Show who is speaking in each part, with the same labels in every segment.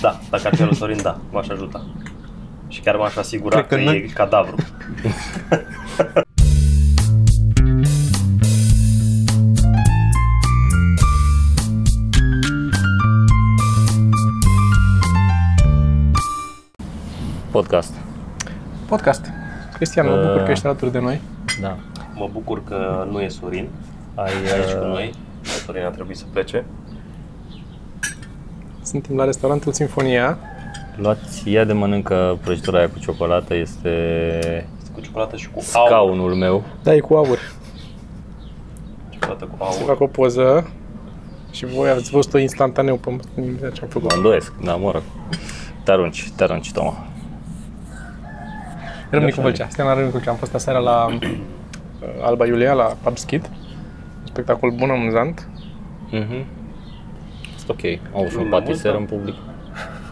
Speaker 1: Da, dacă ar fi al lui Sorin, da, m-aș ajuta. Și chiar m-aș asigura
Speaker 2: Cred
Speaker 1: că,
Speaker 2: că
Speaker 1: că
Speaker 2: noi-
Speaker 1: e cadavru.
Speaker 3: Podcast.
Speaker 4: Podcast. Cristian, mă bucur că ești alături de noi.
Speaker 3: Da.
Speaker 1: Mă bucur că nu e Sorin
Speaker 3: Ai,
Speaker 1: aici
Speaker 3: uh,
Speaker 1: cu noi. Sorin a trebuit să plece.
Speaker 4: Suntem la restaurantul Sinfonia.
Speaker 3: Luați, ia de mănâncă prăjitura aia cu ciocolată, este
Speaker 1: Este cu ciocolată și cu aur.
Speaker 3: scaunul meu.
Speaker 4: Da, e cu aur.
Speaker 1: Ciocolată cu
Speaker 4: Să
Speaker 1: aur.
Speaker 4: fac o poză. Și voi ați văzut-o instantaneu pe imediat ce am făcut.
Speaker 3: Mă îndoiesc, da, mă rog. Te arunci, te arunci, Toma.
Speaker 4: Râmnicu Vâlcea. Suntem la Râmnicu Vâlcea. Am fost aseară la uh, Alba Iulia, la Pub Skid. Un spectacol bun, amuzant.
Speaker 3: Mhm. Este ok. Au și un
Speaker 1: Lumea
Speaker 3: patiser
Speaker 1: multă.
Speaker 3: în public.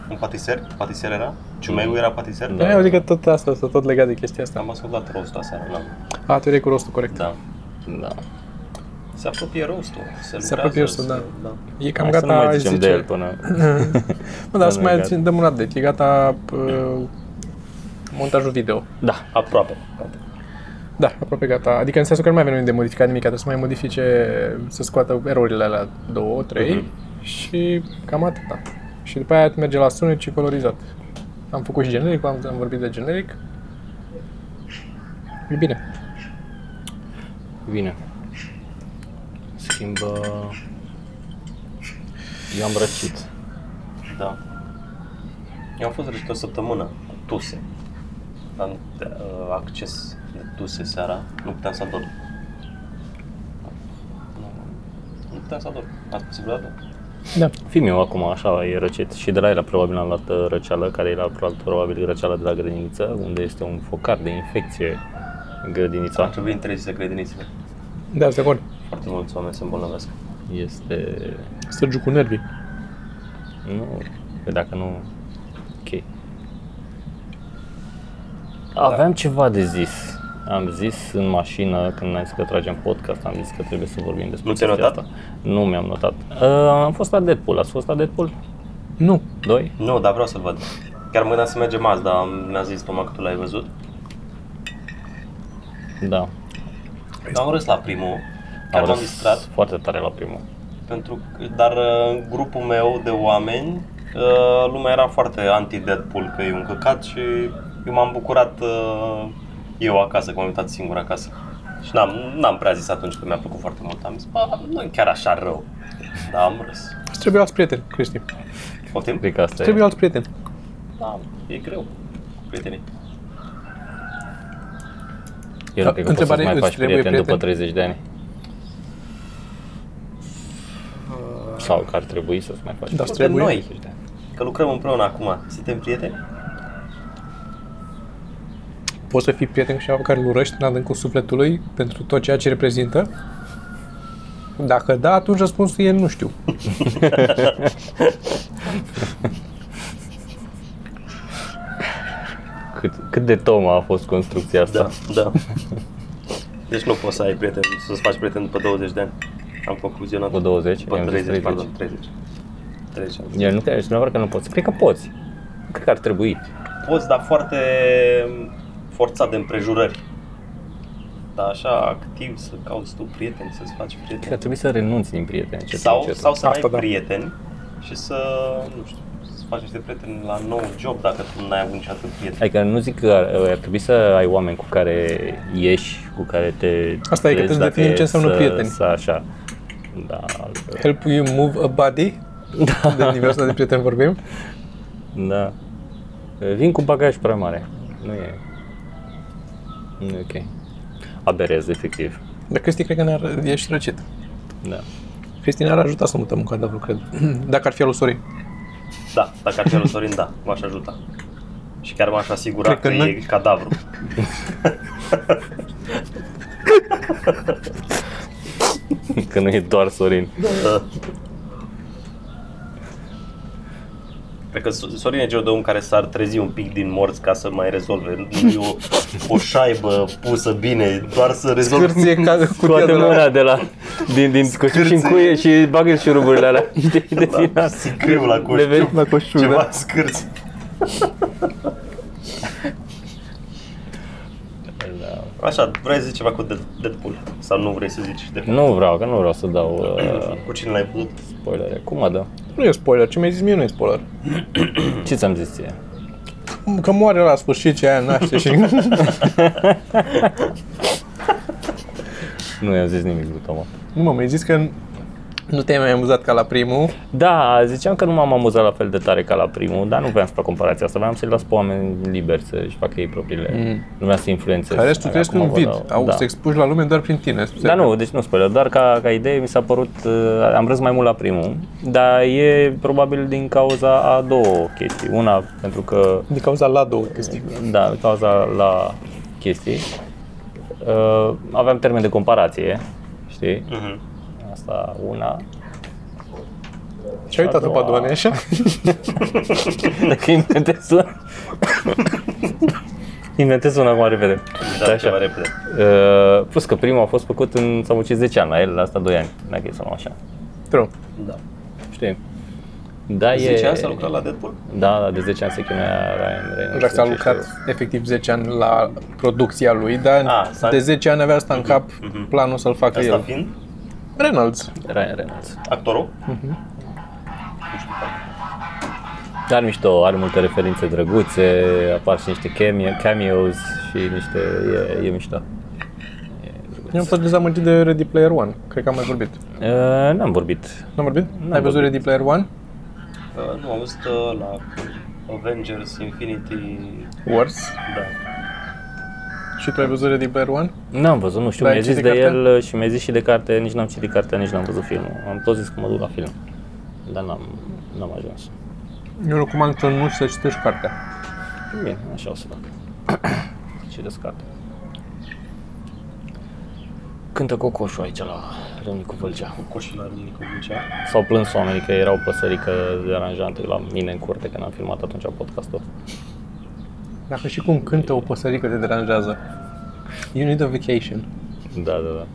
Speaker 1: Un patiser? Patiser era? Ciumeu era patiser?
Speaker 3: Da.
Speaker 4: Da. Eu zic că tot asta, asta, tot legat de chestia asta.
Speaker 1: Am ascultat rostul aseară, n-am.
Speaker 4: A, tu erai cu rostul, corect.
Speaker 3: Da. Da.
Speaker 1: Se apropie rostul. Se,
Speaker 4: Se
Speaker 1: lucrează,
Speaker 4: apropie rostul,
Speaker 1: se-
Speaker 4: da.
Speaker 1: da.
Speaker 4: E cam
Speaker 3: Hai să
Speaker 4: gata,
Speaker 3: nu mai
Speaker 4: aș
Speaker 3: zicem
Speaker 4: zice.
Speaker 3: de el până...
Speaker 4: Mă, dar să
Speaker 3: Până e
Speaker 4: mai
Speaker 3: gata.
Speaker 4: dăm un update. E gata uh, montajul video.
Speaker 3: Da.
Speaker 1: Aproape.
Speaker 4: Da, aproape gata. Adică în sensul că nu mai avem nimic de modificat nimic, trebuie să mai modifice, să scoată erorile alea două, trei și cam atâta. Și după aia merge la sunet și colorizat. Am făcut și generic, am, am vorbit de generic. E bine.
Speaker 3: Bine. Schimbă... Eu am răcit.
Speaker 1: Da. Eu am fost răcit o săptămână cu tuse. Am uh, acces de tuse seara. Nu puteam să adorm. Nu, nu puteam să adorm. Ați posibilitate?
Speaker 4: Da.
Speaker 3: Fim eu acum, așa, e răcit. Și de la el probabil am luat uh, răceală, care era pro- probabil răceală de la grădiniță, unde este un focar de infecție în
Speaker 1: Ar
Speaker 3: grădinița.
Speaker 1: trebui interzise grădinițele.
Speaker 4: Da, sunt de acord.
Speaker 1: Foarte mulți oameni se îmbolnăvesc.
Speaker 3: Este...
Speaker 4: Stă cu nervii.
Speaker 3: Nu, că dacă nu... Ok. Aveam ceva de zis. Am zis în mașină, când am zis că tragem podcast, am zis că trebuie să vorbim despre
Speaker 1: Nu ți-ai
Speaker 3: chestia
Speaker 1: notat?
Speaker 3: asta. Nu mi-am notat. Uh, am fost la Deadpool. Ați fost la Deadpool?
Speaker 4: Nu.
Speaker 3: 2?
Speaker 1: Nu, dar vreau să-l văd. Chiar mă gândeam să mergem azi, dar mi-a zis Toma că tu l-ai văzut.
Speaker 3: Da.
Speaker 1: Am râs la primul. Chiar m-am
Speaker 3: râs
Speaker 1: distrat.
Speaker 3: foarte tare la primul.
Speaker 1: Pentru că, dar uh, în grupul meu de oameni, uh, lumea era foarte anti-Deadpool, că e un căcat și eu m-am bucurat uh, eu acasă, că m-am uitat singur acasă. Și n-am, n-am prea zis atunci că mi-a plăcut foarte mult, am zis, "Ba, nu e chiar așa rău, dar am râs.
Speaker 4: Îți trebuie alți prieteni, Cristi. Îți
Speaker 1: Poftim?
Speaker 3: Cred că asta e.
Speaker 4: trebuie alți prieteni.
Speaker 1: Da, e greu, prietenii.
Speaker 3: Eu nu cred că poți să
Speaker 4: Întrebare,
Speaker 3: mai
Speaker 4: îți
Speaker 3: faci
Speaker 4: trebuie
Speaker 3: prieteni, după
Speaker 4: prieten?
Speaker 3: 30 de ani. Sau că ar trebui să-ți mai faci
Speaker 4: Uh. Da,
Speaker 3: prieteni.
Speaker 1: Suntem
Speaker 4: trebuie.
Speaker 1: noi, că lucrăm împreună acum, suntem prieteni?
Speaker 4: Poți să fii prieten cu cineva pe care îl urăști în adâncul sufletului pentru tot ceea ce reprezintă? Dacă da, atunci răspunsul e nu știu.
Speaker 3: Cât, cât de toma a fost construcția asta?
Speaker 1: Da, da. Deci nu poți să ai prieteni, să-ți faci prieteni după 20 de ani. Am concluzionat.
Speaker 3: După 20?
Speaker 1: După
Speaker 3: Eu am zis
Speaker 1: 30,
Speaker 3: 30.
Speaker 1: pardon, 30. 30 am zis.
Speaker 3: Eu nu cred, și nu că nu poți. Cred că poți. Cred că ar trebui.
Speaker 1: Poți, dar foarte forțat de împrejurări. Dar așa activ să cauți tu prieteni, să-ți faci
Speaker 3: Cred că ar
Speaker 1: prieteni.
Speaker 3: trebui să renunți din prieteni. Ce
Speaker 1: Sau, sau să
Speaker 4: Asta
Speaker 1: ai
Speaker 4: da.
Speaker 1: prieteni și să, nu știu, să faci niște prieteni la nou job dacă tu n-ai avut niciodată prieteni.
Speaker 3: Adică nu zic că ar, ar trebui să ai oameni cu care ieși, cu care te
Speaker 4: Asta e, că trebuie
Speaker 3: vezi,
Speaker 4: să
Speaker 3: dacă
Speaker 4: definim
Speaker 3: e
Speaker 4: ce înseamnă
Speaker 3: să-
Speaker 4: prieteni.
Speaker 3: Să așa. Da, altfel.
Speaker 4: Help you move a body? Da. De nivelul ăsta de prieten vorbim.
Speaker 3: Da. Vin cu bagaj prea mare. Nu e. Nu e ok. Aberez, efectiv.
Speaker 4: Dar Cristi, cred că ne-ar, ești răcit.
Speaker 3: Da.
Speaker 4: Cristi ne-ar ajuta să mutăm un cadavru, cred. Dacă ar fi al lui Sorin.
Speaker 1: Da, dacă ar fi al lui Sorin, da, m-aș ajuta. Și chiar m-aș asigura
Speaker 4: Cred
Speaker 1: că,
Speaker 4: că
Speaker 1: că
Speaker 4: noi-
Speaker 1: e cadavru.
Speaker 3: Că nu e doar Sorin.
Speaker 1: Da. Cred că S- Sorin e genul de om care s-ar trezi un pic din morți ca să mai rezolve. Nu e o, o șaibă pusă bine, doar să rezolve.
Speaker 4: Cârție ca cutia de
Speaker 3: Scoate
Speaker 4: la...
Speaker 3: mâna de la, din, din coșul și în cuie și bagă șuruburile alea. Știi, de din
Speaker 1: Da,
Speaker 3: asta.
Speaker 1: sicriu la
Speaker 3: Le vezi?
Speaker 1: coșciuc,
Speaker 2: La coșciuc,
Speaker 1: ceva
Speaker 2: da.
Speaker 1: scârți. Așa, vrei să zici ceva cu Dead- Deadpool? Sau nu vrei să zici de
Speaker 3: Nu vreau, că nu vreau să dau uh,
Speaker 1: Cu cine l-ai văzut?
Speaker 3: spoilere. Cum mă dă?
Speaker 4: Nu e spoiler, ce mi-ai zis mie nu e spoiler.
Speaker 3: Ce ți-am zis ție?
Speaker 4: Că moare la sfârșit ce aia naște și...
Speaker 3: Nu i-am zis nimic lui Toma.
Speaker 4: nu mă, mi-ai zis că nu te-ai mai amuzat ca la primul.
Speaker 3: Da, ziceam că nu m-am amuzat la fel de tare ca la primul, dar nu voiam să fac comparația asta, voiam să-i las pe oameni liberi să-și facă ei propriile, mm. nu vreau să influențez.
Speaker 4: Care tu crezi că
Speaker 3: Acum
Speaker 4: un
Speaker 3: vă
Speaker 4: vid,
Speaker 3: dau-
Speaker 4: au da. se expuși la lume doar prin tine.
Speaker 3: Dar nu, deci nu spoiler, doar ca, ca idee mi s-a părut, uh, am râs mai mult la primul, dar e probabil din cauza a două chestii. Una, pentru că
Speaker 4: Din cauza la două chestii.
Speaker 3: da, din cauza la chestii. Uh, aveam termen de comparație, știi?
Speaker 1: Mhm.
Speaker 3: Asta una.
Speaker 4: Și ai uitat după
Speaker 3: doua.
Speaker 4: două ani, așa?
Speaker 3: Dacă inventez una... inventez una acum repede.
Speaker 1: Da, ceva repede.
Speaker 3: Uh, plus că primul a fost făcut în, s-a muncit 10 ani la el, la asta 2 ani, dacă e să nu așa.
Speaker 4: True.
Speaker 1: Da.
Speaker 3: Știi? Da, e...
Speaker 1: Zici asta, a lucrat la Deadpool?
Speaker 3: Da, da, de 10 ani se chinuia Ryan Reynolds. Deci
Speaker 4: Nu știu dacă s-a
Speaker 3: ce
Speaker 4: lucrat
Speaker 3: știu.
Speaker 4: efectiv 10 ani la producția lui, dar
Speaker 1: A, s-a-
Speaker 4: de 10 ani avea asta în cap, planul să-l facă
Speaker 3: Păi
Speaker 1: Asta
Speaker 4: el.
Speaker 1: fiind
Speaker 4: Reynolds.
Speaker 3: Ryan Reynolds.
Speaker 1: actorul?
Speaker 3: Dar mișto, are multe referințe drăguțe, apar și niște cameo- cameos și niște... e, e mișto.
Speaker 4: Eu am fost dezamăgit de Ready Player One. Cred că am mai vorbit.
Speaker 3: Uh, n-am vorbit.
Speaker 4: N-am vorbit? Ai văzut Ready Player One?
Speaker 1: Uh, nu, am văzut uh, la Avengers Infinity...
Speaker 4: Wars.
Speaker 1: Da.
Speaker 4: Și tu ai văzut Ready Player One?
Speaker 3: N-am văzut, nu știu,
Speaker 4: Dar
Speaker 3: mi-a
Speaker 4: ai
Speaker 3: zis de
Speaker 4: citit cartea?
Speaker 3: el și mi-a zis și de carte, nici n-am citit cartea, nici n-am văzut filmul. Am tot zis că mă duc la film, dar n-am, n-am ajuns.
Speaker 4: Eu recomand că nu să citești cartea.
Speaker 3: Bine, așa o să fac. și descarte. Cântă cocoșul aici la Râmnicu Vâlcea.
Speaker 1: Coșul la Râmnicu Bucea.
Speaker 3: S-au plâns oamenii că erau păsărică deranjante la mine în curte când am filmat atunci podcastul.
Speaker 4: Dacă și cum cântă o păsărică te deranjează. You need a vacation.
Speaker 3: Da, da, da.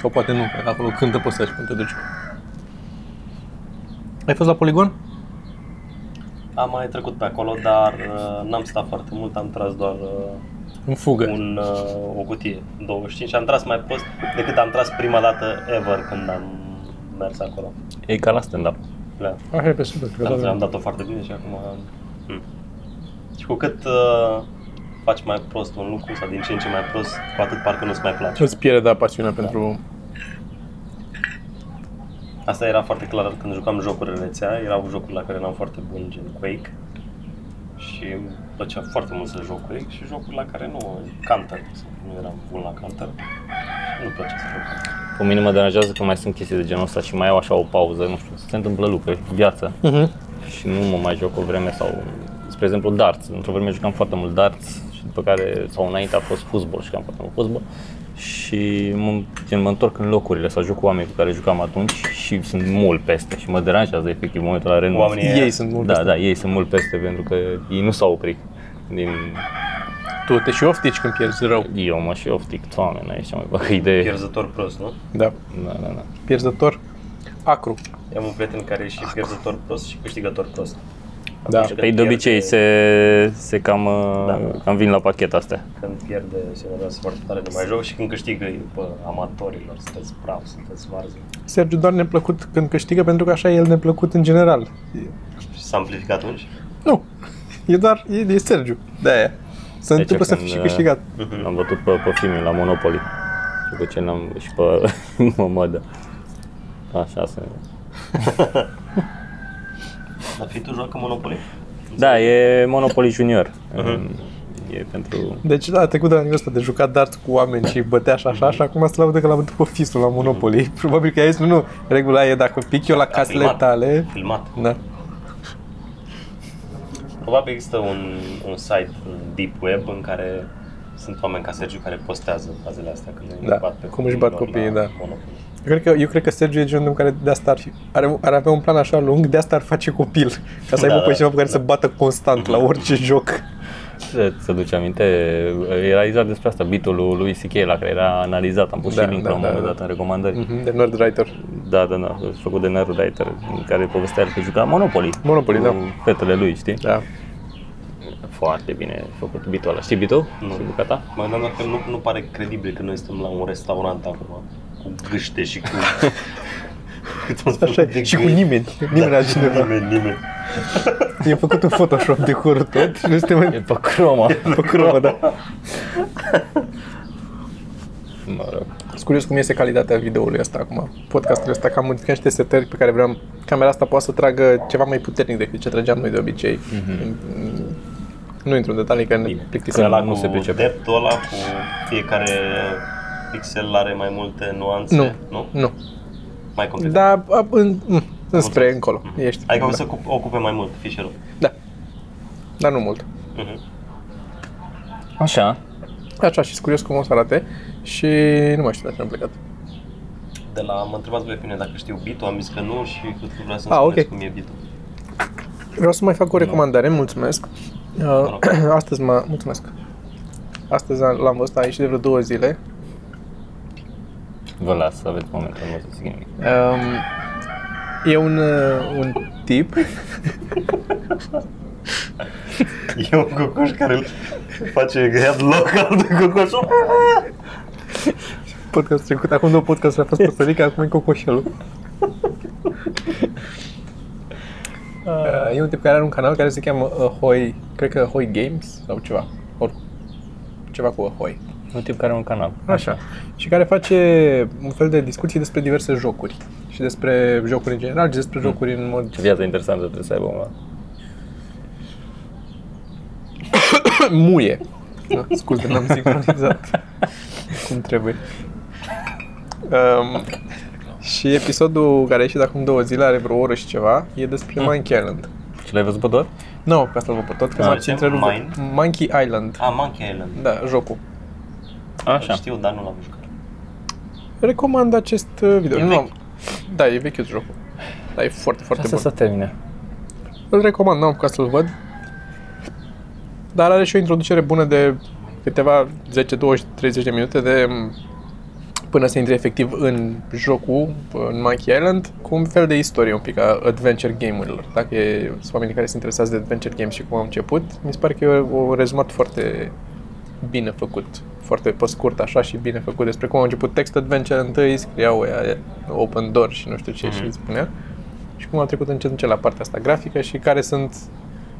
Speaker 4: Sau poate nu, că acolo cântă păsări când te duci. Ai fost la poligon?
Speaker 1: Am mai trecut pe acolo, dar uh, n-am stat foarte mult, am tras doar uh,
Speaker 4: În fugă.
Speaker 1: un, uh, o cutie, 25 și am tras mai prost decât am tras prima dată ever când am mers acolo.
Speaker 3: E ca la stand-up.
Speaker 1: Da.
Speaker 4: Așa e pe super, că
Speaker 1: Am, am dat-o foarte bine și acum... Mm. Și cu cât uh, faci mai prost un lucru sau din ce în ce mai prost, cu atât parcă nu-ți mai place.
Speaker 4: Îți pierde, da, pasiunea pentru...
Speaker 1: Asta era foarte clar când jucam jocuri în rețea, erau jocuri la care n-am foarte bun, gen Quake. Și îmi plăcea foarte mult să joc Quake și jocuri la care nu, Counter, sau nu eram bun la Counter. Și nu plăcea să joc Counter.
Speaker 3: Pe mine mă deranjează că mai sunt chestii de genul ăsta și mai au așa o pauză, nu știu, se întâmplă lucruri, viață.
Speaker 4: Uh-huh.
Speaker 3: și nu mă mai joc o vreme sau, spre exemplu, darts. Într-o vreme jucam foarte mult darts și după care, sau înainte a fost fotbal, jucam foarte mult fotbal și mă, gen, mă întorc în locurile sau joc cu oameni cu care jucam atunci și sunt mult peste și mă deranjează efectiv momentul la renunț.
Speaker 1: Oamenii
Speaker 4: Ei sunt mult
Speaker 3: da,
Speaker 4: peste.
Speaker 3: da, ei sunt mult peste pentru că ei nu s-au oprit. Din... da.
Speaker 4: Tu te și oftici când pierzi rău.
Speaker 3: Eu mă și oftic, doamne, n-ai ce mai fac idee.
Speaker 1: Pierzător prost, nu?
Speaker 4: Da.
Speaker 3: Da, da, da.
Speaker 4: Pierzător. Acru.
Speaker 1: Am un prieten care e și pierzător prost și câștigător prost.
Speaker 4: Da.
Speaker 1: Atunci
Speaker 3: Păi
Speaker 1: când
Speaker 3: de obicei
Speaker 1: pierde-
Speaker 3: se, se cam, da. cam vin la pachet astea.
Speaker 1: Când pierde, se enervează foarte tare de mai joc și când câștigă, e, bă, amatorilor, sunteți praf, sunteți varză.
Speaker 4: Sergiu doar neplăcut când câștigă pentru că așa e el neplăcut în general.
Speaker 1: Și s-a amplificat atunci?
Speaker 4: Nu. E doar, e, e Sergiu. De aia. Se
Speaker 3: Deci
Speaker 4: întâmplă să
Speaker 3: când,
Speaker 4: fii și
Speaker 3: uh,
Speaker 4: câștigat.
Speaker 3: L-am bătut pe, pe Fimi la Monopoly. Și pe ce n-am și pe mămădă. Așa se...
Speaker 1: Dar fi tu joacă Monopoly?
Speaker 3: Da, e Monopoly Junior. E pentru...
Speaker 4: Deci da, a trecut de la nivelul ăsta de jucat darts cu oameni și bătea și așa și acum se laudă că l-a bătut pe fistul
Speaker 3: Mhm.
Speaker 4: la Monopoly. Probabil că ai zis, nu, nu, regula e dacă pic eu la casele
Speaker 1: filmat.
Speaker 4: tale.
Speaker 1: Filmat.
Speaker 4: Da.
Speaker 1: Probabil există un, un site în deep web în care sunt oameni ca Sergiu care postează fazele astea când îi
Speaker 4: Da,
Speaker 1: bat pe
Speaker 4: cum își bat
Speaker 1: copiilor
Speaker 4: copiii,
Speaker 1: la
Speaker 4: da.
Speaker 1: Monopoly.
Speaker 4: cred că, eu cred că Sergiu e genul de om care de asta ar, fi, are, ar avea un plan așa lung, de asta ar face copil. Ca să
Speaker 1: Da,
Speaker 4: aibă
Speaker 1: da,
Speaker 4: pe cineva pe care să bată constant la orice joc.
Speaker 3: Se, se duce aminte, era exact despre asta, bitul lui lui C.K. la care era analizat, am pus
Speaker 4: Da,
Speaker 3: și link
Speaker 4: da,
Speaker 3: la un
Speaker 4: da,
Speaker 3: moment
Speaker 4: da.
Speaker 3: dat în recomandări.
Speaker 4: De nerd writer.
Speaker 3: Da, da, da, făcut de Nerd Writer, în care povestea el că juca Monopoly.
Speaker 4: Monopoly,
Speaker 3: cu
Speaker 4: da.
Speaker 3: Fetele lui, știi?
Speaker 4: Da.
Speaker 3: Foarte bine făcut bitul ăla. Știi bitul?
Speaker 1: Nu.
Speaker 3: Știi bucata?
Speaker 1: Mă gândeam dacă nu, nu pare credibil că noi suntem la un restaurant acum cu gâște și cu... cât un
Speaker 4: Așa
Speaker 1: fel
Speaker 4: e.
Speaker 1: de Da.
Speaker 4: Și cu
Speaker 1: gâi.
Speaker 4: nimeni. Nimeni altcineva.
Speaker 1: Nimeni, nimeni.
Speaker 4: E făcut în Photoshop decorul tot și nu suntem
Speaker 3: E
Speaker 4: mai
Speaker 3: pe croma.
Speaker 4: pe cromă, da.
Speaker 3: mă rog.
Speaker 4: Sunt curios cum este calitatea videoului ăsta acum. Podcastul ăsta, că am modificat niște setări pe care vreau. Camera asta poate să tragă ceva mai puternic decât ce trăgeam noi de obicei. Mm, Nu intru în detalii, că ne
Speaker 1: Mhm. Bine.
Speaker 4: plictisim.
Speaker 1: Că ăla
Speaker 3: nu
Speaker 1: cu
Speaker 3: se pricepe.
Speaker 1: deptul ăla, cu fiecare pixel are mai multe nuanțe,
Speaker 4: Nu, Da.
Speaker 1: nu?
Speaker 4: nu.
Speaker 1: Mai complet.
Speaker 4: Dar a, în, mm, înspre, încolo. Ești.
Speaker 1: Adică o
Speaker 4: da.
Speaker 1: să ocup- ocupe mai mult fișierul.
Speaker 4: da. Dar nu mult.
Speaker 1: Mhm.
Speaker 3: Așa.
Speaker 4: Așa, și sunt curios cum o să arate și nu mai știu de ce am plecat.
Speaker 1: De la, mă întrebați voi pe mine dacă știu bitul, am zis că nu și cât că vrea să-mi
Speaker 4: Ah,
Speaker 1: spuneți
Speaker 4: ok.
Speaker 1: cum e bitul.
Speaker 4: Vreau să mai fac o recomandare, mulțumesc. Uh, astăzi mă... Mulțumesc. Astăzi am- l-am văzut, a ieșit de vreo două zile.
Speaker 3: Vă las să aveți momentul, nu o să zic nimic.
Speaker 4: Um, e un, uh, un tip
Speaker 1: E un cocoș care îl face găiat local de cocoș.
Speaker 4: Podcast trecut, acum două podcast a fost Costărica, acum e Cocoșelul. Uh, e un tip care are un canal care se cheamă Ahoy, cred că Ahoy Games sau ceva, or, ceva cu Ahoy.
Speaker 3: Un tip care are un canal.
Speaker 4: Așa. Și care face un fel de discuții despre diverse jocuri. Și despre jocuri în general, și despre jocuri în mod
Speaker 3: Ce viață interesantă trebuie să aibă omul
Speaker 4: muie. Da, scuze, n-am sincronizat cum trebuie. Um, și episodul care a ieșit acum două zile, are vreo oră și ceva, e despre Monkey Island.
Speaker 3: Și l-ai văzut pe doar?
Speaker 4: Nu, no, pe asta l văd pe tot, că
Speaker 1: Da,
Speaker 4: m-ați
Speaker 1: ce?
Speaker 4: întrerupt.
Speaker 1: Mine?
Speaker 4: Monkey Island.
Speaker 1: A, Monkey Island.
Speaker 4: Da, jocul.
Speaker 3: Așa.
Speaker 1: Știu, dar nu l-am jucat.
Speaker 4: Recomand acest uh, video.
Speaker 1: E
Speaker 4: nu,
Speaker 1: vechi.
Speaker 4: am- Da, e vechiul jocul. Dar e foarte, foarte
Speaker 3: Asta
Speaker 4: bun.
Speaker 3: să termine.
Speaker 4: Îl recomand, n-am apucat să-l văd. Dar are și o introducere bună de câteva 10, 20, 30 de minute de mm, până să intri efectiv în jocul, în Monkey Island, cu un fel de istorie un pic a adventure game-urilor. Dacă e, sunt oamenii care se interesează de adventure games și cum am început, mi se pare că e un rezumat foarte bine făcut, foarte pe scurt așa și bine făcut despre cum a început text adventure întâi, scriau ăia open door și nu știu ce mm-hmm.
Speaker 1: Mhm.
Speaker 4: și spunea și cum am trecut încet încet la partea asta grafică și care sunt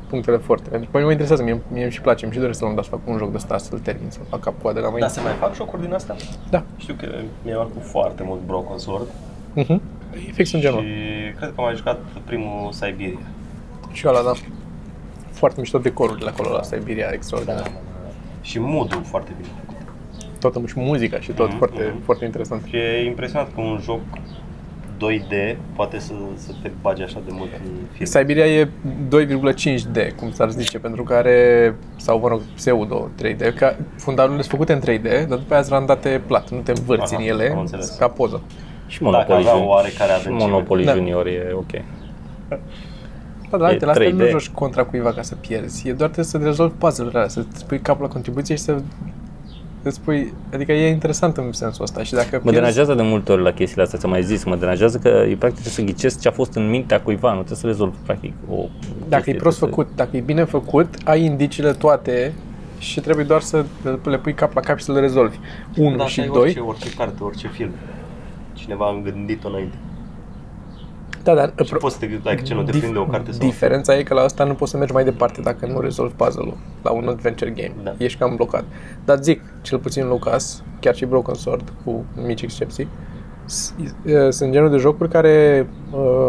Speaker 4: punctele forte. Pentru că pe mine mă interesează, mie, mie îmi și place, mi și doresc să l-am dat să fac un joc de ăsta, să-l termin, să-l fac capua de la mai...
Speaker 1: Dar Da, se mai fac jocuri din astea?
Speaker 4: Da.
Speaker 1: Știu că mi-a cu foarte mult Broken Sword
Speaker 4: Mhm. E fix în genul.
Speaker 1: și cred că am mai jucat primul Siberia.
Speaker 4: Și ăla, da. Foarte mișto decorul de acolo la Siberia, extraordinar. Da.
Speaker 1: Și mood foarte bine făcut.
Speaker 4: Toată și muzica și tot,
Speaker 1: Mhm,
Speaker 4: foarte,
Speaker 1: mhm.
Speaker 4: foarte interesant.
Speaker 1: Și e impresionant că un joc 2D poate să, să te bage așa de mult în film.
Speaker 4: Siberia e 2,5D, cum s-ar zice, pentru că are, sau mă rog, pseudo 3D, că fundalurile sunt făcute în 3D, dar după aia sunt randate plat, nu te învârți
Speaker 1: Aha,
Speaker 4: în
Speaker 1: am
Speaker 4: ele,
Speaker 1: înțeles.
Speaker 4: ca poză.
Speaker 3: Și Monopoly,
Speaker 1: avea
Speaker 3: Jun-
Speaker 1: oarecare
Speaker 3: și
Speaker 1: adâncime.
Speaker 3: Monopoly
Speaker 4: Da.
Speaker 3: Junior e ok.
Speaker 4: Da, da,
Speaker 3: E
Speaker 4: uite, la asta
Speaker 3: 3D.
Speaker 4: nu joci contra cuiva ca să pierzi. E doar trebuie să rezolvi puzzle-urile alea, să-ți pui capul la contribuție și să îți pui... Adică e interesant în sensul ăsta și dacă
Speaker 3: Mă deranjează de multe ori la chestiile astea, ți-am mai zis, mă deranjează că e practic să ghicesc ce a fost în mintea cuiva, nu trebuie să rezolv practic o
Speaker 4: dacă e
Speaker 3: chestie,
Speaker 4: prost
Speaker 3: trebuie să-
Speaker 4: făcut, dacă e bine făcut, ai indiciile toate și trebuie doar să le pui cap la cap și să le rezolvi. 1
Speaker 1: Da,
Speaker 4: și
Speaker 1: asta e
Speaker 4: 2.
Speaker 1: Orice, orice carte, orice film. Cineva a gândit-o înainte.
Speaker 4: Da, dar
Speaker 1: Și poți să te gândești dacă ce nu te
Speaker 4: dif-
Speaker 1: prinde o carte sau...
Speaker 4: Diferența e că la asta nu poți să mergi mai departe dacă nu rezolvi puzzle-ul la un adventure game.
Speaker 1: Da.
Speaker 4: Ești cam blocat. Dar zic, cel puțin Lucas, chiar și Broken Sword, cu mici excepții, s- e- sunt genul de jocuri care,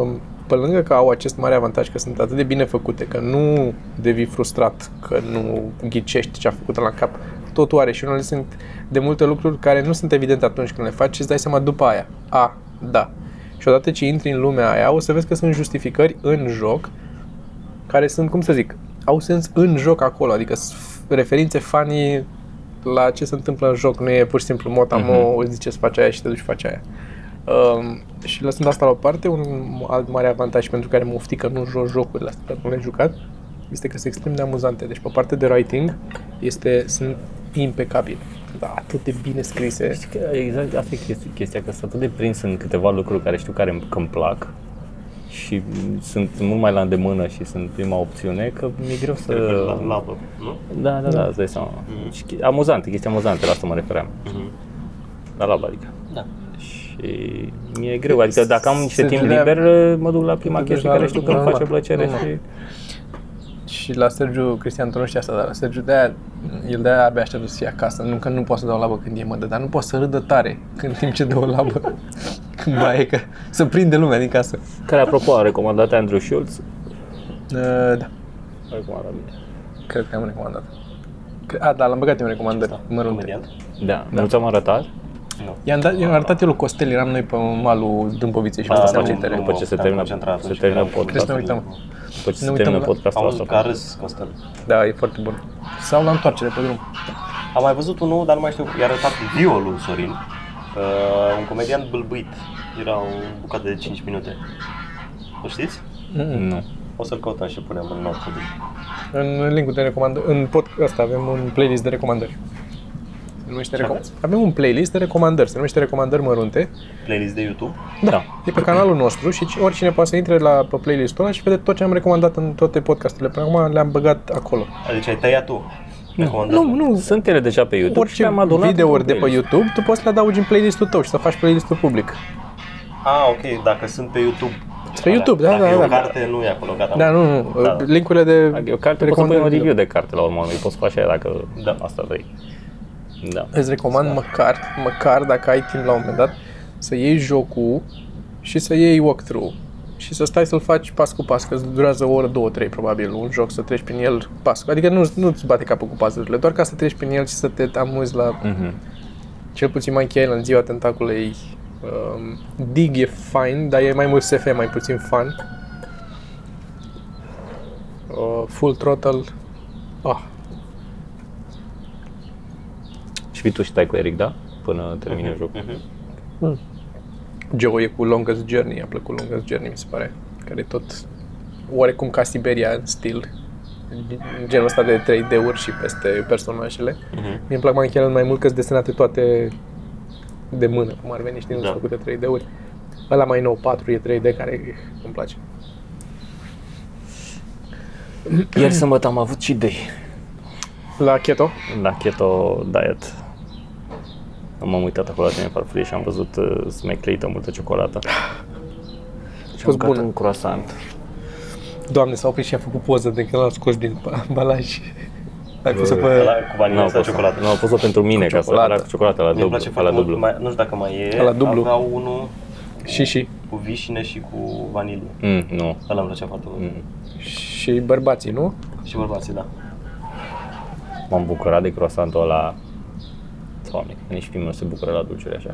Speaker 4: um, pe lângă că au acest mare avantaj că sunt atât de bine făcute, că nu devii frustrat, că nu ghicești ce a făcut ăla la cap, totul are și unele sunt de multe lucruri care nu sunt evidente atunci când le faci și îți dai seama după aia. A, da. Și odată ce intri în lumea aia, o să vezi că sunt justificări în joc care sunt, cum să zic, au sens în joc acolo, adică sunt f- referințe fanii la ce se întâmplă în joc, nu e pur și simplu motamo, mm-hmm. îți zice să faci aia și te duci și faci aia. Um, și lăsând asta la o parte, un alt mare avantaj pentru care mă oftică nu joc jocurile astea pe care nu le-am jucat, este că sunt extrem de amuzante. Deci pe partea de writing este, sunt impecabile. Da, atât de bine scrise.
Speaker 3: Știi că exact asta e chesti- chestia, că sunt atât de prins în câteva lucruri care știu care îmi, că îmi plac și sunt mult mai la îndemână și sunt prima opțiune, că mi-e greu să...
Speaker 1: la Mhm. labă, nu?
Speaker 3: Da, da, da, îți dai seama. Deci, che- amuzante, chestii amuzante, la asta mă refeream. La labă, adică.
Speaker 1: Mhm. Da.
Speaker 3: Și mi-e greu, adică dacă am niște
Speaker 4: Se
Speaker 3: timp
Speaker 4: vedea-
Speaker 3: liber, mă duc la prima
Speaker 4: duci
Speaker 3: chestie
Speaker 4: la-
Speaker 3: care știu că îmi
Speaker 4: normal,
Speaker 3: face plăcere
Speaker 4: normal.
Speaker 3: și...
Speaker 4: Și la Sergiu Cristian, tu nu știi asta, dar la Sergiu de-aia, el de-aia abia așteaptă să fie acasă. Nu că nu poate să dau labă când e mădă, dar nu poate să râdă tare când timp ce dă o labă. Când mai e că să prinde lumea din casă.
Speaker 3: Care, apropo, a recomandat Andrew Schultz.
Speaker 4: Uh, da,
Speaker 3: A recomandat bine.
Speaker 4: cred că am recomandat. Cre- A, da, l-am băgat eu în recomandări da, mărunte.
Speaker 1: Comediant?
Speaker 3: Da, nu ți-am arătat?
Speaker 1: Nu.
Speaker 4: I-am dat, i-am arătat eu lui Costel, eram noi pe malul Dâmboviței și
Speaker 1: Da,
Speaker 4: asta
Speaker 1: da,
Speaker 4: seama
Speaker 1: nu,
Speaker 4: ce tare.
Speaker 1: nu.
Speaker 3: După ce se
Speaker 1: te-am
Speaker 3: termină,
Speaker 1: concentrat
Speaker 3: se
Speaker 1: atunci
Speaker 3: termină
Speaker 1: când eram-
Speaker 4: Crezi că ne
Speaker 3: podcastul.
Speaker 4: uităm?
Speaker 3: După ce se
Speaker 4: Ne uităm
Speaker 3: termină
Speaker 4: la-
Speaker 3: podcastul
Speaker 1: Auzi că a
Speaker 3: ăsta.
Speaker 1: râs, Costel.
Speaker 4: Da, e foarte bun. Sau la întoarcere pe drum.
Speaker 1: Am mai văzut unul, dar nu mai știu, i-a arătat violul Sorin. Uh, un comedian bâlbuit. Era o bucată de 5 minute. O știți?
Speaker 3: Nu.
Speaker 1: O să-l căutăm și punem în notă.
Speaker 4: În linkul de recomandări, în podcast avem un playlist de recomandări. Se numește
Speaker 1: Ce
Speaker 4: recom-
Speaker 1: aveți?
Speaker 4: avem un playlist de recomandări, se numește Recomandări Mărunte.
Speaker 1: Playlist de YouTube.
Speaker 3: Da.
Speaker 4: E pe canalul nostru și ci- oricine poate să intre la pe playlistul ăla și vede tot ce am recomandat în toate podcasturile. Până acum le-am băgat acolo.
Speaker 1: Adică ai tăiat tu.
Speaker 4: Nu,
Speaker 1: Recomandări.
Speaker 4: nu,
Speaker 3: Da. Sunt ele deja pe YouTube și
Speaker 4: orice
Speaker 3: le-am adunat
Speaker 4: videouri de
Speaker 3: într-un
Speaker 4: pe
Speaker 3: playlist.
Speaker 4: YouTube, tu poți să le adaugi în playlistul tău și să faci playlistul public.
Speaker 1: Ah, ok, dacă sunt pe YouTube.
Speaker 4: Pe YouTube, da,
Speaker 1: Dacă
Speaker 4: da,
Speaker 1: e
Speaker 4: da.
Speaker 1: o carte, nu e acolo, gata.
Speaker 4: Da, nu,
Speaker 1: Da,
Speaker 4: nu,
Speaker 1: da.
Speaker 4: linkurile de
Speaker 3: Adică eu carte poți să pui un review de carte la urmă, poți să faci aia dacă
Speaker 1: Da.
Speaker 3: asta vrei. Da.
Speaker 4: Îți recomand măcar, măcar dacă ai timp la un moment dat, să iei jocul și să iei walkthrough și să stai să-l faci pas cu pas, că îți durează o oră, două, trei probabil, un joc să treci prin el pas cu. Adică nu, nu-ți bate capul cu puzzle doar ca să treci prin el și să te amuzi la
Speaker 3: Mhm.
Speaker 4: cel puțin Monkey Island, ziua tentaculei. Um, Dig e fain, dar e mai mult SF, mai puțin fun. Uh, full Throttle. Ah,
Speaker 3: Și fii tu și stai cu Eric, da? Până
Speaker 1: Mhm.
Speaker 3: termină jocul.
Speaker 4: Joe e cu Longest Journey, a plăcut Longest Journey, mi se pare, care e tot oarecum ca Siberia în stil, genul ăsta de 3D-uri și peste personajele.
Speaker 1: Mhm.
Speaker 4: Mie îmi plac Monkey Island mai mult că sunt desenate toate de mână, cum ar veni, știi, nu
Speaker 1: Da.
Speaker 4: sunt făcute 3D-uri. Ăla mai nou, 4, e 3D, care îmi place.
Speaker 3: Ieri sâmbătă am avut și idei.
Speaker 4: La Keto,
Speaker 3: La Da, Keto Diet. M-am uitat acolo la tine în farfurie și am văzut uh, smecleită multă ciocolată. Și am
Speaker 4: Fost
Speaker 3: mâncat
Speaker 4: bun.
Speaker 3: un croissant.
Speaker 4: doamne, s-a oprit și a făcut poză de când l-a scos din balaj. Ai pus-o
Speaker 1: Ăla
Speaker 4: pe...
Speaker 1: cu banii
Speaker 3: Nu am
Speaker 1: sau
Speaker 3: pus
Speaker 1: ciocolată.
Speaker 3: Nu am pus-o pentru mine, ca să
Speaker 4: ciocolată.
Speaker 3: era cu ciocolată la
Speaker 1: Mi-e
Speaker 3: dublu.
Speaker 1: place
Speaker 3: la
Speaker 1: foarte mult,
Speaker 3: dublu.
Speaker 1: mai, nu știu dacă mai e,
Speaker 4: Ăla dublu.
Speaker 1: aveau unul
Speaker 4: Și, și.
Speaker 1: cu vișine și cu vanilie.
Speaker 3: Mm, nu.
Speaker 1: Ăla îmi plăcea foarte mult.
Speaker 3: Mm.
Speaker 4: Și bărbații, nu?
Speaker 1: Și bărbații, da.
Speaker 3: M-am bucurat de croissantul ăla. Doamne, nici primul nu se bucură la dulciuri așa.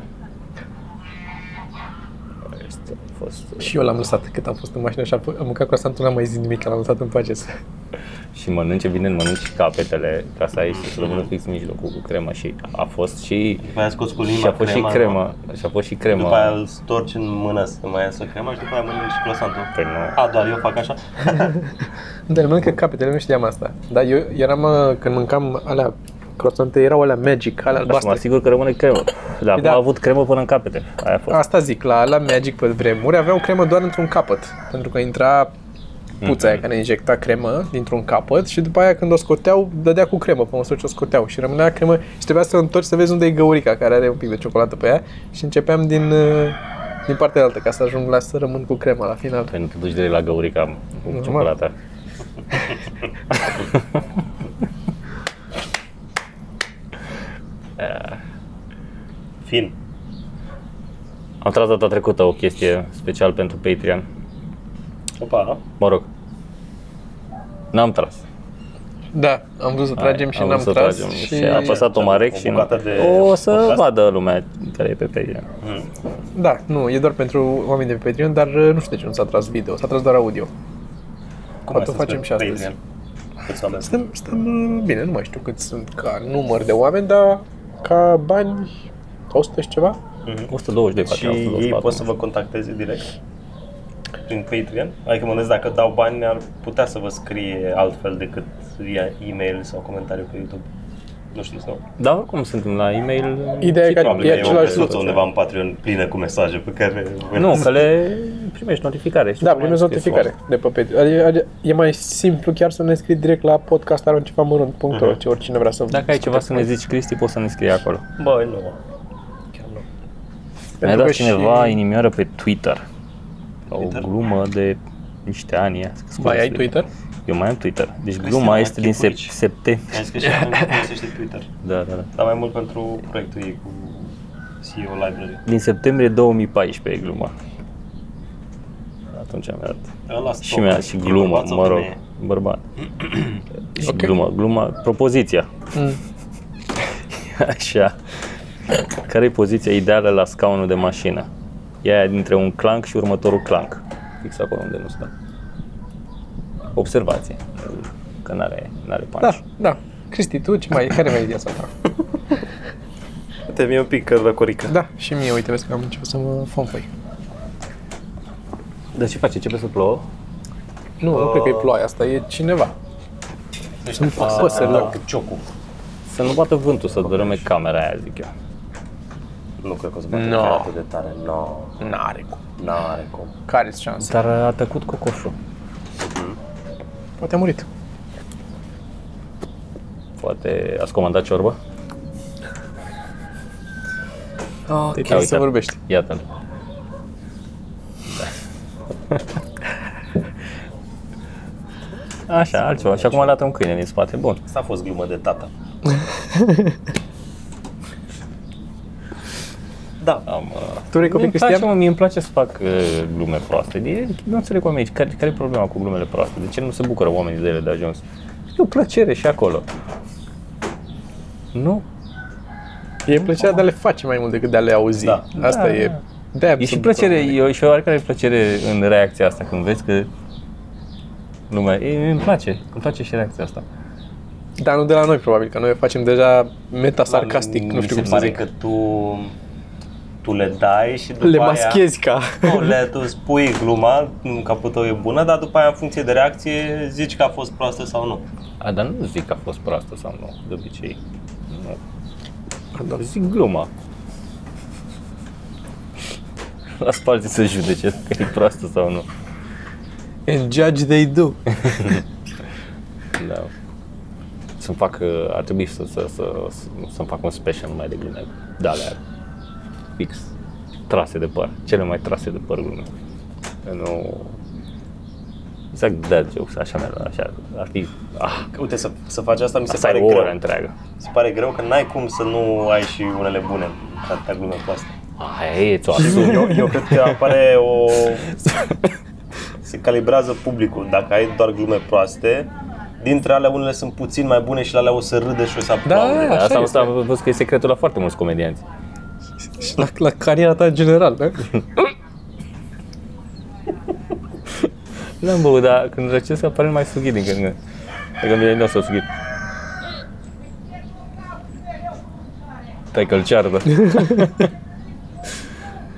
Speaker 3: Este, a fost... uh,
Speaker 4: Și eu l-am lăsat cât am fost în mașină și am am mâncat croissant, n-am mai zis nimic, l-am lăsat în pace. să-
Speaker 3: Și mănânci, evident, mănânci capetele ca să ai și să rămână fix mijlocul cu cremă și a fost și...
Speaker 1: După aia scoți cu limba
Speaker 3: Și a fost și
Speaker 1: crema,
Speaker 3: cremă, și a fost și cremă.
Speaker 1: După aia îl storci în mână să mai iasă crema și după aia mănânci și croissantul.
Speaker 3: Păi nu.
Speaker 1: A, doar eu fac așa?
Speaker 4: Dar îl mănâncă capetele, nu știam asta. Dar eu eram, uh, când mâncam alea croissante, erau alea magic, alea
Speaker 3: Ca să mă
Speaker 4: albastre.
Speaker 3: asigur că rămâne cremă. Dar acum
Speaker 4: da. Ah.
Speaker 3: a avut cremă până în capete. Aia a fost.
Speaker 4: Asta zic, la alea magic pe vremuri aveau cremă doar într-un capăt, pentru că intra puța aia care injecta cremă dintr-un capăt și după aia când o scoteau, dădea cu cremă pe măsură ce o scoteau și rămânea cremă și trebuia să o întorci să vezi unde e găurica care are un pic de ciocolată pe ea și începeam din, uh, din partea altă ca să ajung la să rămân cu crema la final.
Speaker 3: Păi nu te duci de la găurica cu
Speaker 4: Normal.
Speaker 3: ciocolata.
Speaker 1: Fin.
Speaker 3: Am tras data trecută o chestie special pentru Patreon.
Speaker 1: Opa,
Speaker 3: Mă rog. N-am tras.
Speaker 4: Da, am vrut să tragem și
Speaker 3: Am
Speaker 4: n-am
Speaker 3: vrut să
Speaker 4: tras
Speaker 3: tragem
Speaker 4: și...
Speaker 3: și a apăsat o marec
Speaker 1: O
Speaker 3: și nu.
Speaker 1: bucată de
Speaker 3: O să
Speaker 1: podcast.
Speaker 3: vadă lumea care e pe Patreon.
Speaker 4: Da, nu, e doar pentru oameni de pe Patreon, dar uh, nu știu de ce nu s-a tras video, s-a tras doar audio.
Speaker 1: cum
Speaker 4: Poate o facem și
Speaker 1: Păi,
Speaker 4: astăzi.
Speaker 1: astăzi.
Speaker 4: Stăm, stăm uh, bine, nu mai știu cât sunt ca număr de oameni, dar ca bani 100 și ceva?
Speaker 1: Mhm.
Speaker 3: 120 de
Speaker 1: Și
Speaker 3: patria,
Speaker 1: ei
Speaker 3: 124.
Speaker 1: pot să vă contacteze direct? Prin Patreon? Adică mă gândesc dacă dau bani ar putea să vă scrie altfel decât via e-mail sau comentariu pe YouTube. Nu știți, nu?
Speaker 3: Da, oricum suntem la e-mail.
Speaker 4: Ideea e că
Speaker 1: Probabil
Speaker 4: e
Speaker 1: că e o
Speaker 4: același
Speaker 1: căsuță
Speaker 4: lucru.
Speaker 1: undeva în Patreon plină cu mesaje pe care...
Speaker 3: Nu, că le primești notificare. știi
Speaker 4: Da,
Speaker 3: cum
Speaker 4: primești
Speaker 3: ai scris
Speaker 4: notificare de pe Patreon. Adică, adică e mai simplu chiar să ne scrii direct la podcast arunceva mărunt.ro, ce oricine vrea să
Speaker 3: acolo. Mhm. Dacă ai ceva să ne zici, Cristi, poți să ne scrii acolo.
Speaker 1: Bă, nu. Chiar nu.
Speaker 3: Mi-a
Speaker 4: Pentru
Speaker 3: dat
Speaker 4: că
Speaker 3: cineva
Speaker 4: și-
Speaker 3: inimioară pe Twitter. La o
Speaker 1: Twitter?
Speaker 3: glumă de niște ani. ia, scuze,
Speaker 4: Mai ai
Speaker 3: scuze.
Speaker 4: Twitter?
Speaker 3: Eu mai am Twitter. Deci
Speaker 1: Cristian
Speaker 3: gluma este din sep-
Speaker 1: Archipulici.
Speaker 3: septembrie.
Speaker 1: Mi-a zis că și acum folosește Twitter.
Speaker 3: Da, da, da.
Speaker 1: Dar mai mult pentru proiectul ei cu CEO Library.
Speaker 3: Din septembrie 2014 e gluma. Atunci mi-a dat.
Speaker 1: Ăla
Speaker 3: Și mi-a dat și glumă, mă rog, bărbat. și
Speaker 4: Ok.
Speaker 3: gluma, gluma, propoziția.
Speaker 4: Mm.
Speaker 3: Așa. Care e poziția ideală la scaunul de mașină? E aia dintre un clanc și următorul clanc. Fix acolo unde nu stă. Observație. Că n-are, n-are
Speaker 4: Da,
Speaker 3: punch.
Speaker 4: da. Cristi, tu ce mai, care mai e viața ta?
Speaker 1: Te mi un pic răcorică.
Speaker 4: Da, și mie, uite, vezi că am început să mă fonfăi.
Speaker 3: Dar ce face? Începe să plouă?
Speaker 4: Nu, nu cred că e ploaia asta, e cineva.
Speaker 1: Deci
Speaker 4: Sunt păsările.
Speaker 1: Cu ciocul.
Speaker 3: Să nu bată vântul, să dărâme camera aia, zic eu.
Speaker 1: Nu cred că o să bată
Speaker 4: No.
Speaker 1: chiar atât de tare. No.
Speaker 4: N-are cum.
Speaker 1: N-are cum.
Speaker 4: Care sunt șanse?
Speaker 3: Dar a tăcut cocoșul.
Speaker 4: Poate a murit.
Speaker 3: Poate ați comandat ciorbă?
Speaker 4: Te trebuie să
Speaker 3: uite.
Speaker 4: vorbești.
Speaker 3: Iată-l. Da. Așa, altceva. Și acum arată un câine din spate. Bun.
Speaker 1: Asta a fost glumă de tata. da.
Speaker 3: Am, uh,
Speaker 4: Tu
Speaker 3: mi-mi
Speaker 4: recopii
Speaker 3: place,
Speaker 4: Cristian?
Speaker 3: mă, mie îmi place să fac uh, glume proaste. De, nu înțeleg oamenii. aici. Care, care e problema cu glumele proaste? De ce nu se bucură oamenii de ele de ajuns? E o plăcere și acolo. Nu?
Speaker 4: E plăcerea de a le face mai mult decât de a le auzi.
Speaker 1: Da.
Speaker 4: Asta
Speaker 3: Da.
Speaker 4: e. De
Speaker 3: E și plăcere, e o- și o oarecare plăcere în reacția asta când vezi că lumea, e, îmi place, îmi place și reacția asta.
Speaker 4: Dar nu de la noi, probabil, că noi o facem deja metasarcastic,
Speaker 1: Da,
Speaker 4: nu știu
Speaker 1: Mi
Speaker 4: cum
Speaker 1: se
Speaker 4: să
Speaker 1: pare
Speaker 4: zic.
Speaker 1: că tu, tu le dai și după
Speaker 4: Le
Speaker 1: aia-
Speaker 4: maschezi ca...
Speaker 1: Nu, le, tu spui gluma, în capul tău e bună, dar după aia în funcție de reacție zici că a fost proastă sau nu.
Speaker 3: A, dar nu zic că a fost proastă sau nu, de obicei. Nu. Pardon. Zic gluma. Las pe alții să judece că e proastă sau nu.
Speaker 4: And judge they do.
Speaker 3: Da. Să-mi fac, uh, ar trebui să, să, să, să, să-mi fac un special mai de glume. Da, alea fix. Trase de păr. Cele mai trase de păr glume. Că Nu... Exact dead jokes, așa mi așa. Ar fi... Ah,
Speaker 1: Uite, să, să faci asta mi se
Speaker 3: asta
Speaker 1: pare
Speaker 3: e o oră
Speaker 1: greu.
Speaker 3: întreagă.
Speaker 1: Se pare greu că n-ai cum să nu ai și unele bune, atâtea glume proaste.
Speaker 3: Aia e, ți-o asumi.
Speaker 1: Eu, eu cred că apare o... Se calibrează publicul. Dacă ai doar glume proaste, dintre alea unele sunt puțin mai bune și la alea o să râde și o să aplaude.
Speaker 4: Da, așa
Speaker 3: Asta,
Speaker 4: este.
Speaker 3: asta am văzut că e secretul la foarte mulți comedianți.
Speaker 4: Și la, la cariera ta în general, da?
Speaker 3: N-am băut, dar când răcesc apare mai sughit din când în când. Adică îmi vine să sughit. Tai că-l ceartă.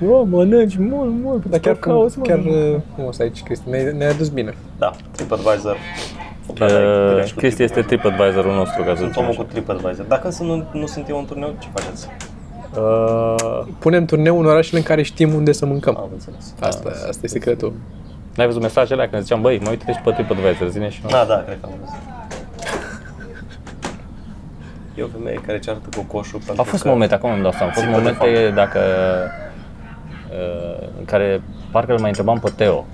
Speaker 3: Bă, mănânci mult, mult,
Speaker 4: Dar chiar, cum,
Speaker 3: cauți, mă.
Speaker 4: chiar uh, frumos aici, Cristi, ne-ai, ne-ai adus bine.
Speaker 1: Da, TripAdvisor.
Speaker 3: Uh, Cristi este TripAdvisorul nostru, ca să
Speaker 1: deci Sunt
Speaker 3: zicem
Speaker 1: omul
Speaker 3: așa.
Speaker 1: cu TripAdvisor. Dacă să nu, nu sunt eu în turneu, ce faceți?
Speaker 3: Uh,
Speaker 4: Punem turneu în orașele în care știm unde să mâncăm.
Speaker 1: Am înțeles.
Speaker 4: Asta, asta e secretul.
Speaker 3: N-ai văzut mesajele alea când ziceam, băi, mă uite și pe TripAdvisor, zine și
Speaker 1: Da, da, cred că am văzut. E o femeie care ceartă cocoșul pentru
Speaker 3: Au fost
Speaker 1: că...
Speaker 3: momente, acum îmi dau seama, au fost
Speaker 1: Simte de
Speaker 3: momente dacă, uh, în care parcă îl mai întrebam pe Teo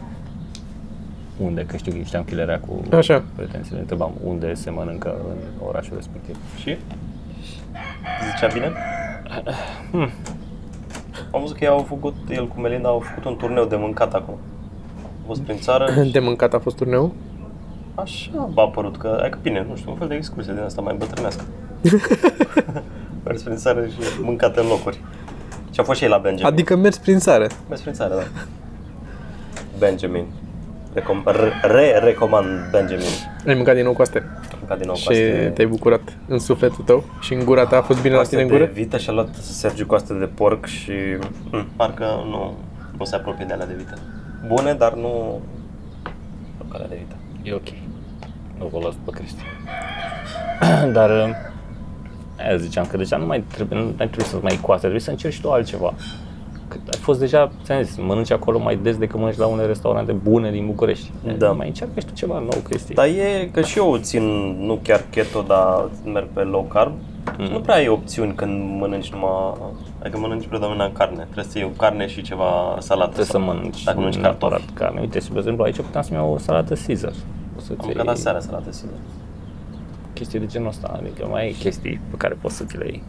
Speaker 3: unde, că știu că știam chilerea cu
Speaker 4: Așa.
Speaker 3: pretențiile, întrebam unde se mănâncă în orașul respectiv.
Speaker 1: Și? Zicea bine? Hmm. Am văzut că ei au făcut, el cu Melinda au făcut un turneu de mâncat acum. A fost prin țară și
Speaker 4: De mâncat a fost turneu?
Speaker 1: așa a apărut că, adică bine, nu știu, un fel de excursie din asta mai bătrânească. Mers prin țară și mâncat în locuri. Și a fost și ei la Benjamin.
Speaker 4: Adică mers prin țară.
Speaker 1: Mers prin țară, da. Benjamin. Recom- re- re-recomand Benjamin.
Speaker 4: Ai mâncat din nou cu astea.
Speaker 1: căcat din nou
Speaker 4: Și
Speaker 1: cu astea.
Speaker 4: te-ai bucurat în sufletul tău și în gura ta a fost bine
Speaker 1: cu
Speaker 4: la
Speaker 1: astea
Speaker 4: tine în
Speaker 1: de
Speaker 4: gură?
Speaker 1: vită și a luat Sergiu cu astea de porc și mm, parcă nu, nu se apropie de alea de vită. Bune, dar nu ca alea de vită.
Speaker 3: E ok. Nu vă las pe Cristi. Dar um, aia ziceam că deja nu mai trebuie, nu mai trebuie să mai coasă, trebuie să încerci tu altceva. Că ai fost deja, ți-am zis, mănânci acolo mai des decât mănânci la unele restaurante bune din București.
Speaker 1: Da.
Speaker 3: Mai încearcă și tu ceva nou, Cristi.
Speaker 1: Dar e că și eu țin, nu chiar keto, dar merg pe low carb.
Speaker 3: Mhm.
Speaker 1: Mm. Nu prea ai opțiuni când mănânci numai, adică mănânci predominant carne. Trebuie să iei o carne și ceva salată.
Speaker 3: Trebuie să
Speaker 1: sau-
Speaker 3: mănânci
Speaker 1: Dacă mănânci
Speaker 3: natural
Speaker 1: cartofi.
Speaker 3: carne. Uite, și, de exemplu, aici puteam să-mi iau o salată Caesar. O să
Speaker 1: Am mâncat aseară salată, sigur.
Speaker 3: chestii de genul ăsta, adică mai ai chestii pe care poți să ți le iei.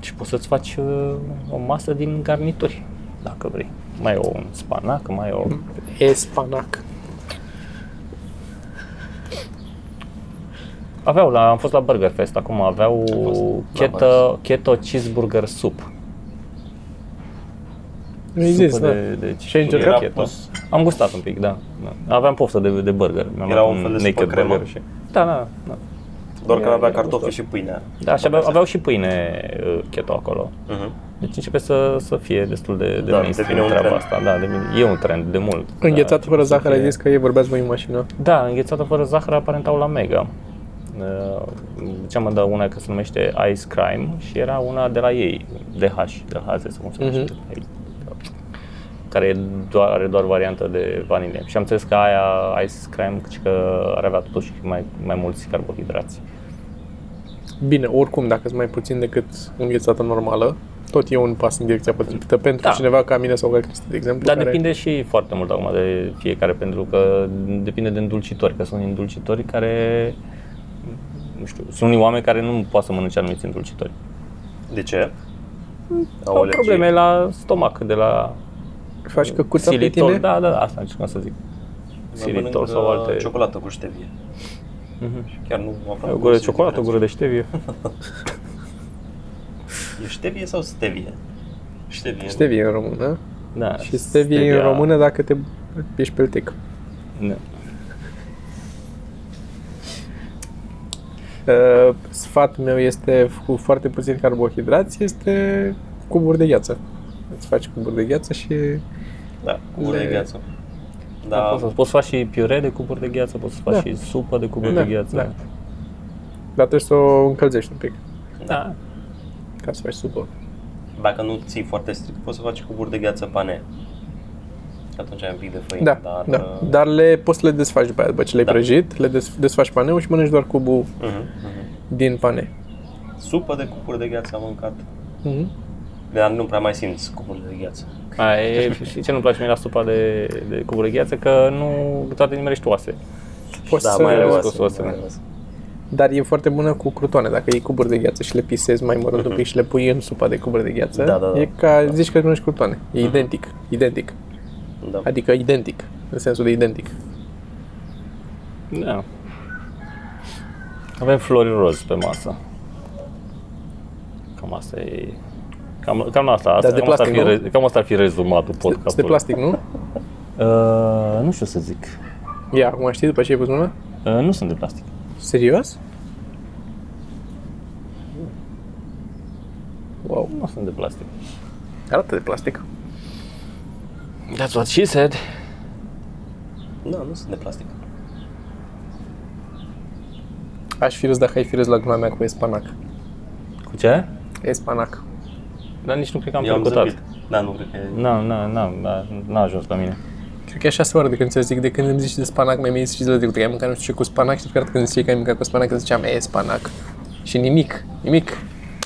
Speaker 3: Și poți să-ți faci uh, o masă din garnituri, dacă vrei. Mai e un spanac, mai e o...
Speaker 4: Espanac.
Speaker 3: Aveau, la, am fost la Burger Fest acum, aveau
Speaker 1: fost la
Speaker 3: keto, keto cheeseburger soup.
Speaker 4: Nu există,
Speaker 3: Supă
Speaker 4: da.
Speaker 3: de, de
Speaker 4: Și ai
Speaker 3: cheeseburger
Speaker 1: încercat?
Speaker 3: keto. Am gustat un pic, da. da. Aveam poftă de, de burger. Mi-am
Speaker 1: Era
Speaker 3: luat
Speaker 1: un fel de supă
Speaker 3: naked
Speaker 1: cremă?
Speaker 3: burger Și... Da, da, da.
Speaker 1: Doar că
Speaker 3: Era-
Speaker 1: avea
Speaker 3: era
Speaker 1: cartofi
Speaker 3: gustos.
Speaker 1: și pâinea.
Speaker 3: Da, și aveau, aveau și pâine uh, keto acolo.
Speaker 1: Mhm.
Speaker 3: Deci începe să, să fie destul de, de
Speaker 1: Da,
Speaker 3: mainstream
Speaker 1: devine un
Speaker 3: treaba
Speaker 1: trend.
Speaker 3: asta. Da, devine, e un trend de mult.
Speaker 4: Înghețat
Speaker 3: da,
Speaker 4: fără zahăr, ai
Speaker 3: fie-
Speaker 4: zis că ei vorbeați voi în mașină.
Speaker 3: Da, înghețată fără zahăr aparentau la Mega. Uh, Ce am dat una că se numește Ice Crime și era una de la ei, DH, DH sau cum se numește. Care e doar, are doar variantă de vanilie. Și am înțeles că aia Ice Crime căci că ar avea totuși mai, mai mulți carbohidrați.
Speaker 4: Bine, oricum, dacă sunt mai puțin decât înghețată normală, tot e un pas în direcția potrivită pentru
Speaker 3: Da.
Speaker 4: cineva ca mine sau ca Cristi, de exemplu.
Speaker 3: Dar
Speaker 4: care-
Speaker 3: depinde și foarte mult acum de fiecare, pentru că depinde de îndulcitori, că sunt îndulcitori care, nu știu, sunt unii oameni care nu pot să mănânce anumiți îndulcitori.
Speaker 1: De ce?
Speaker 3: Au
Speaker 1: alergii.
Speaker 3: probleme la stomac, de la
Speaker 4: Faci că curța pe
Speaker 3: xilitol,
Speaker 4: tine?
Speaker 3: da, da, asta încercam să zic.
Speaker 1: Mai
Speaker 3: Xilitol
Speaker 1: mănânc,
Speaker 3: sau
Speaker 1: uh,
Speaker 3: alte...
Speaker 1: Ciocolată cu ștevie.
Speaker 3: Mhm.
Speaker 1: Chiar nu aproape.
Speaker 3: O gură de ciocolată, o gură de ștevie.
Speaker 1: E ștevie sau stevie? Ștevie.
Speaker 4: Stevie în română.
Speaker 3: Da,
Speaker 4: Și stevie în română dacă te ești peltic.
Speaker 3: Da.
Speaker 4: Uh, sfatul meu este cu foarte puțin carbohidrați, este cuburi de gheață. Îți faci cuburi de gheață și
Speaker 1: Da, cu gură de
Speaker 4: Le-
Speaker 1: gheață.
Speaker 3: Da.
Speaker 1: Da,
Speaker 3: Poți, să- poți să faci și piure de cuburi de gheață, poți să faci
Speaker 4: Da.
Speaker 3: și supă de cuburi
Speaker 4: Da,
Speaker 3: de gheață.
Speaker 4: da. dar trebuie să o încălzești un pic
Speaker 3: da.
Speaker 4: ca să faci supă.
Speaker 1: dacă nu ții foarte strict, poți să faci cuburi de gheață pane. Atunci ai un pic de făină,
Speaker 4: Da,
Speaker 1: dar... uh,
Speaker 4: dar, da. dar le, poți să le desfaci după aia, după ce le-ai
Speaker 1: Da.
Speaker 4: prăjit, le des, desfaci paneu și mănânci doar cubul
Speaker 3: Mhm,
Speaker 1: Uh-huh, uh-huh.
Speaker 4: din pane.
Speaker 1: Supă de cuburi de gheață am mâncat.
Speaker 4: Mm-hmm.
Speaker 1: Mhm. Dar nu prea mai simți cuburile de gheață.
Speaker 3: Aia e, și ce nu-mi place mie la supa de, de cuburi de gheață, că nu toate nimerești oase.
Speaker 4: Poți
Speaker 1: da,
Speaker 4: să,
Speaker 1: mai
Speaker 3: rău.
Speaker 1: rău
Speaker 3: cu sosul.
Speaker 4: dar e foarte bună cu crutoane. Dacă iei cuburi de gheață și le pisezi mai mărând un pic și le pui în supa de cuburi de gheață,
Speaker 1: Mhm. Da, da, Mhm. da.
Speaker 4: e ca zici că mănânci crutoane. E identic, identic.
Speaker 1: Da.
Speaker 4: Adică identic, în sensul de identic.
Speaker 3: Da. Avem flori roz pe masă. Cam asta e... Cam, cam asta, asta,
Speaker 4: de
Speaker 3: cam, asta ar
Speaker 4: plastic,
Speaker 3: fi,
Speaker 4: nu?
Speaker 3: re- cam asta ar fi rezumatul
Speaker 4: Sunt de
Speaker 3: podcastului.
Speaker 4: plastic, nu?
Speaker 3: Uh, nu știu să zic.
Speaker 4: Ia, acum știi după ce ai pus mâna?
Speaker 3: Uh, nu sunt de plastic.
Speaker 4: Serios? Wow,
Speaker 3: Nu sunt de plastic.
Speaker 4: arată de plastic.
Speaker 3: That's what she said.
Speaker 1: Da, nu sunt de plastic.
Speaker 4: Aș fi râs dacă ai fi râs la gluma mea cu espanac.
Speaker 3: Cu ce?
Speaker 4: Espanac.
Speaker 3: Dar nici nu cred că am
Speaker 1: Eu am
Speaker 3: percutat.
Speaker 1: zâmbit. Da, nu cred că e...
Speaker 3: Nu, nu, nu, da, n-a ajuns la mine.
Speaker 4: Cred că e așa oară de când ți-o zic, de când îmi zici de spanac, mi-ai zis și de trecută că ai mâncat nu știu ce cu spanac și de fiecare dată când ziceai că ai mâncat cu spanac, îți ziceam, e, spanac. Și nimic, nimic.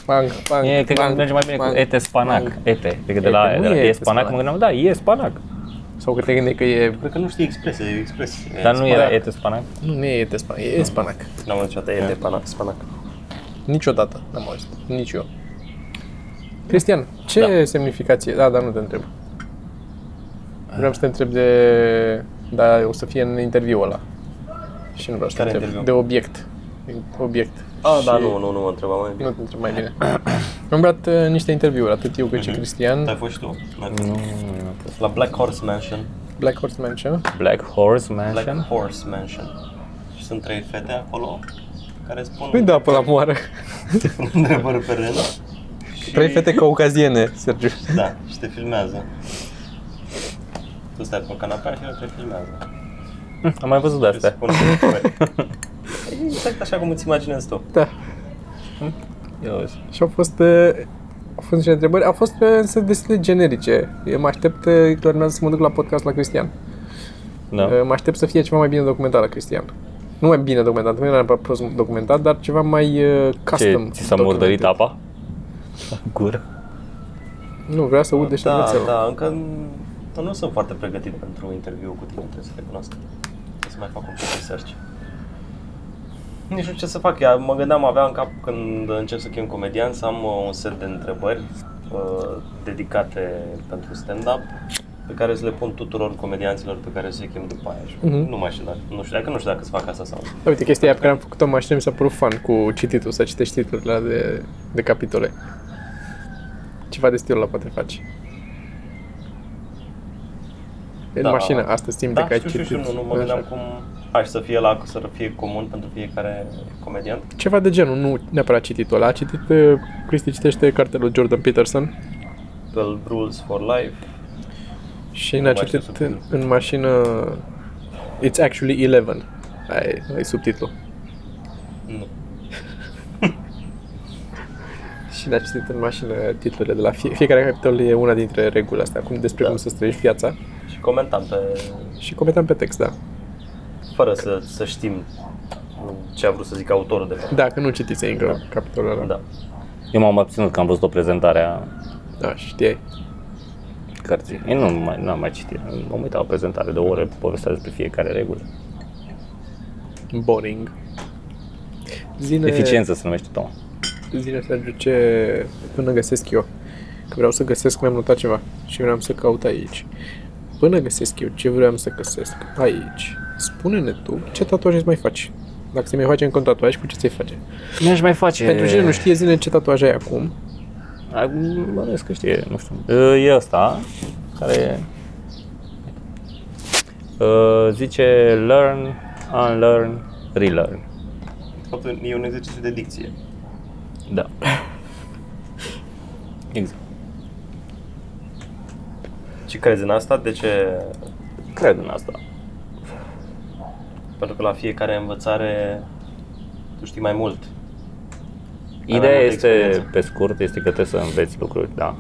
Speaker 4: Bang, bang,
Speaker 3: E, cred că
Speaker 4: bang,
Speaker 3: merge mai bine cu
Speaker 4: bang.
Speaker 3: ete spanac.
Speaker 4: bang.
Speaker 3: Ete. Cred că de
Speaker 4: Ete,
Speaker 3: la,
Speaker 4: nu
Speaker 3: de la
Speaker 4: e
Speaker 3: e
Speaker 4: ete
Speaker 3: spanac mă
Speaker 4: spanac.
Speaker 3: gândeam, da, e spanac.
Speaker 4: Sau că te gândeai că e...
Speaker 1: Cred că nu știi expresia, e expresie.
Speaker 3: Dar nu era
Speaker 4: spanac.
Speaker 3: ete spanac.
Speaker 4: Nu, nu e de spanac, e spanac.
Speaker 1: N-am văzut niciodată, e de panac, spanac.
Speaker 4: Niciodată n-am auzit. Nici eu. Cristian, ce da. semnificație? Da, dar nu te întreb. Vreau să te întreb de... Da, o să fie în interviul ăla. Și nu vreau să te
Speaker 1: Care
Speaker 4: întreb.
Speaker 1: interviu?
Speaker 4: De obiect. Obiect.
Speaker 1: Ah,
Speaker 4: Și
Speaker 1: da, nu, nu, nu mă întreba mai bine.
Speaker 4: Nu te întreb mai bine. Am luat uh, niște interviuri, atât eu cât
Speaker 3: Mhm.
Speaker 4: și
Speaker 1: Tu
Speaker 3: Da.
Speaker 1: ai
Speaker 4: Cristian.
Speaker 1: fost și tu.
Speaker 3: Nu, nu, nu.
Speaker 1: La Black Horse Mansion.
Speaker 3: Păi
Speaker 4: Black Horse Mansion.
Speaker 3: Black Horse
Speaker 1: Black
Speaker 3: Mansion.
Speaker 1: Horse Mansion. Și sunt trei fete acolo care spun
Speaker 4: Păi da, până la moară.
Speaker 1: pun întrebări pe rând. și-
Speaker 4: Trei fete caucaziene, Sergiu.
Speaker 1: Da, și te filmează. Tu stai pe canapea și el te filmează.
Speaker 3: Am mai văzut de
Speaker 1: Și
Speaker 3: astea.
Speaker 1: spune întrebări. E exact așa cum îți imaginezi tu.
Speaker 4: Da.
Speaker 3: Eu,
Speaker 4: Și au fost, uh, au fost niște întrebări, au fost uh, însă destul de generice. Eu mă aștept uh, că urmează să mă duc la podcast la Cristian.
Speaker 3: da.
Speaker 4: Uh, Mă aștept să fie ceva mai bine documentat la Cristian. Nu mai bine documentat, nu era neapărat prost documentat, dar ceva mai uh,
Speaker 3: Ce,
Speaker 4: custom.
Speaker 3: ți
Speaker 4: documentat.
Speaker 3: s-a murdărit apa? La gură.
Speaker 4: Nu, vreau să ud dește
Speaker 1: Da,
Speaker 4: da, da.
Speaker 1: da, încă nu- nu sunt foarte pregătit pentru interviu cu tine, trebuie să recunosc. Trebuie să mai fac un pic de research. Nici nu știu ce să fac. Eu mă gândeam, avea în cap când încep să chem comedian să am uh, un set de întrebări uh, dedicate pentru stand-up pe care să le pun tuturor comedianților pe care să-i chem după aia. Și
Speaker 4: Mhm.
Speaker 1: Nu mai știu dacă, nu știu dacă, nu știu dacă să fac asta sau nu.
Speaker 4: Da, Uite, chestia aia pe care am făcut-o mai mi s-a părut fun cu cititul, să citești titlurile alea de, de capitole. Ceva de stilul ăla poate faci. În
Speaker 1: Da.
Speaker 4: mașină, astăzi timp
Speaker 1: Da,
Speaker 4: de că ai
Speaker 1: știu, știu,
Speaker 4: citit.
Speaker 1: știu, nu, nu mă
Speaker 4: Așa.
Speaker 1: gândeam cum aș să fie la, să fie comun pentru fiecare comedian.
Speaker 4: Ceva de genul, nu neapărat cititul ăla. A citit, uh, Cristi citește cartea lui Jordan Peterson
Speaker 1: 12 Rules for Life.
Speaker 4: și
Speaker 1: Nu
Speaker 4: ne-a
Speaker 1: mai știu
Speaker 4: citit în,
Speaker 1: subtitlul.
Speaker 4: în mașină It's Actually Eleven. Ai, ai subtitlu.
Speaker 1: Nu.
Speaker 4: Și ne-a citit în mașină titlurile de la fie, fiecare capitol e una dintre regulile astea, cum despre
Speaker 1: Da.
Speaker 4: cum să trăiești viața.
Speaker 1: Și comentam pe,
Speaker 4: Și comentam pe text, da.
Speaker 1: fără să, să știm ce a vrut să zic autorul de fapt.
Speaker 4: Da, că nu citise încă capitolul ăla.
Speaker 1: Da.
Speaker 3: Eu m-am abținut că am văzut o prezentare a
Speaker 4: da știai.
Speaker 3: cărții. Eu nu mai, n-am mai citit. M-am uitat la o prezentare de o oră, povestea despre fiecare regulă.
Speaker 4: Boring. Zine,
Speaker 3: Eficiență se numește, Toma.
Speaker 4: Zine, Sergiu, ce până găsesc eu. Că vreau să găsesc, mi-am notat ceva și vreau să caut aici. Până găsesc eu ce vreau să găsesc aici, spune-ne tu ce tatuaje îți mai faci. Dacă ți mai face încă un tatuaj, cu ce ți-ai face?
Speaker 3: Mi-aș mai face...
Speaker 4: Pentru cine nu știe, zine ce tatuaj ai acum.
Speaker 3: Acum, Bănuiesc că știe, nu știu. E ăsta, care e, zice learn, unlearn, relearn.
Speaker 1: De fapt, e un exercițiu de dicție.
Speaker 3: Da. Exact.
Speaker 1: Și crezi în asta? De ce?
Speaker 3: Cred în asta.
Speaker 1: Pentru că la fiecare învățare tu știi mai mult. Are
Speaker 3: Ideea
Speaker 1: multă
Speaker 3: este,
Speaker 1: experiență.
Speaker 3: pe scurt, este că trebuie să înveți lucruri, da.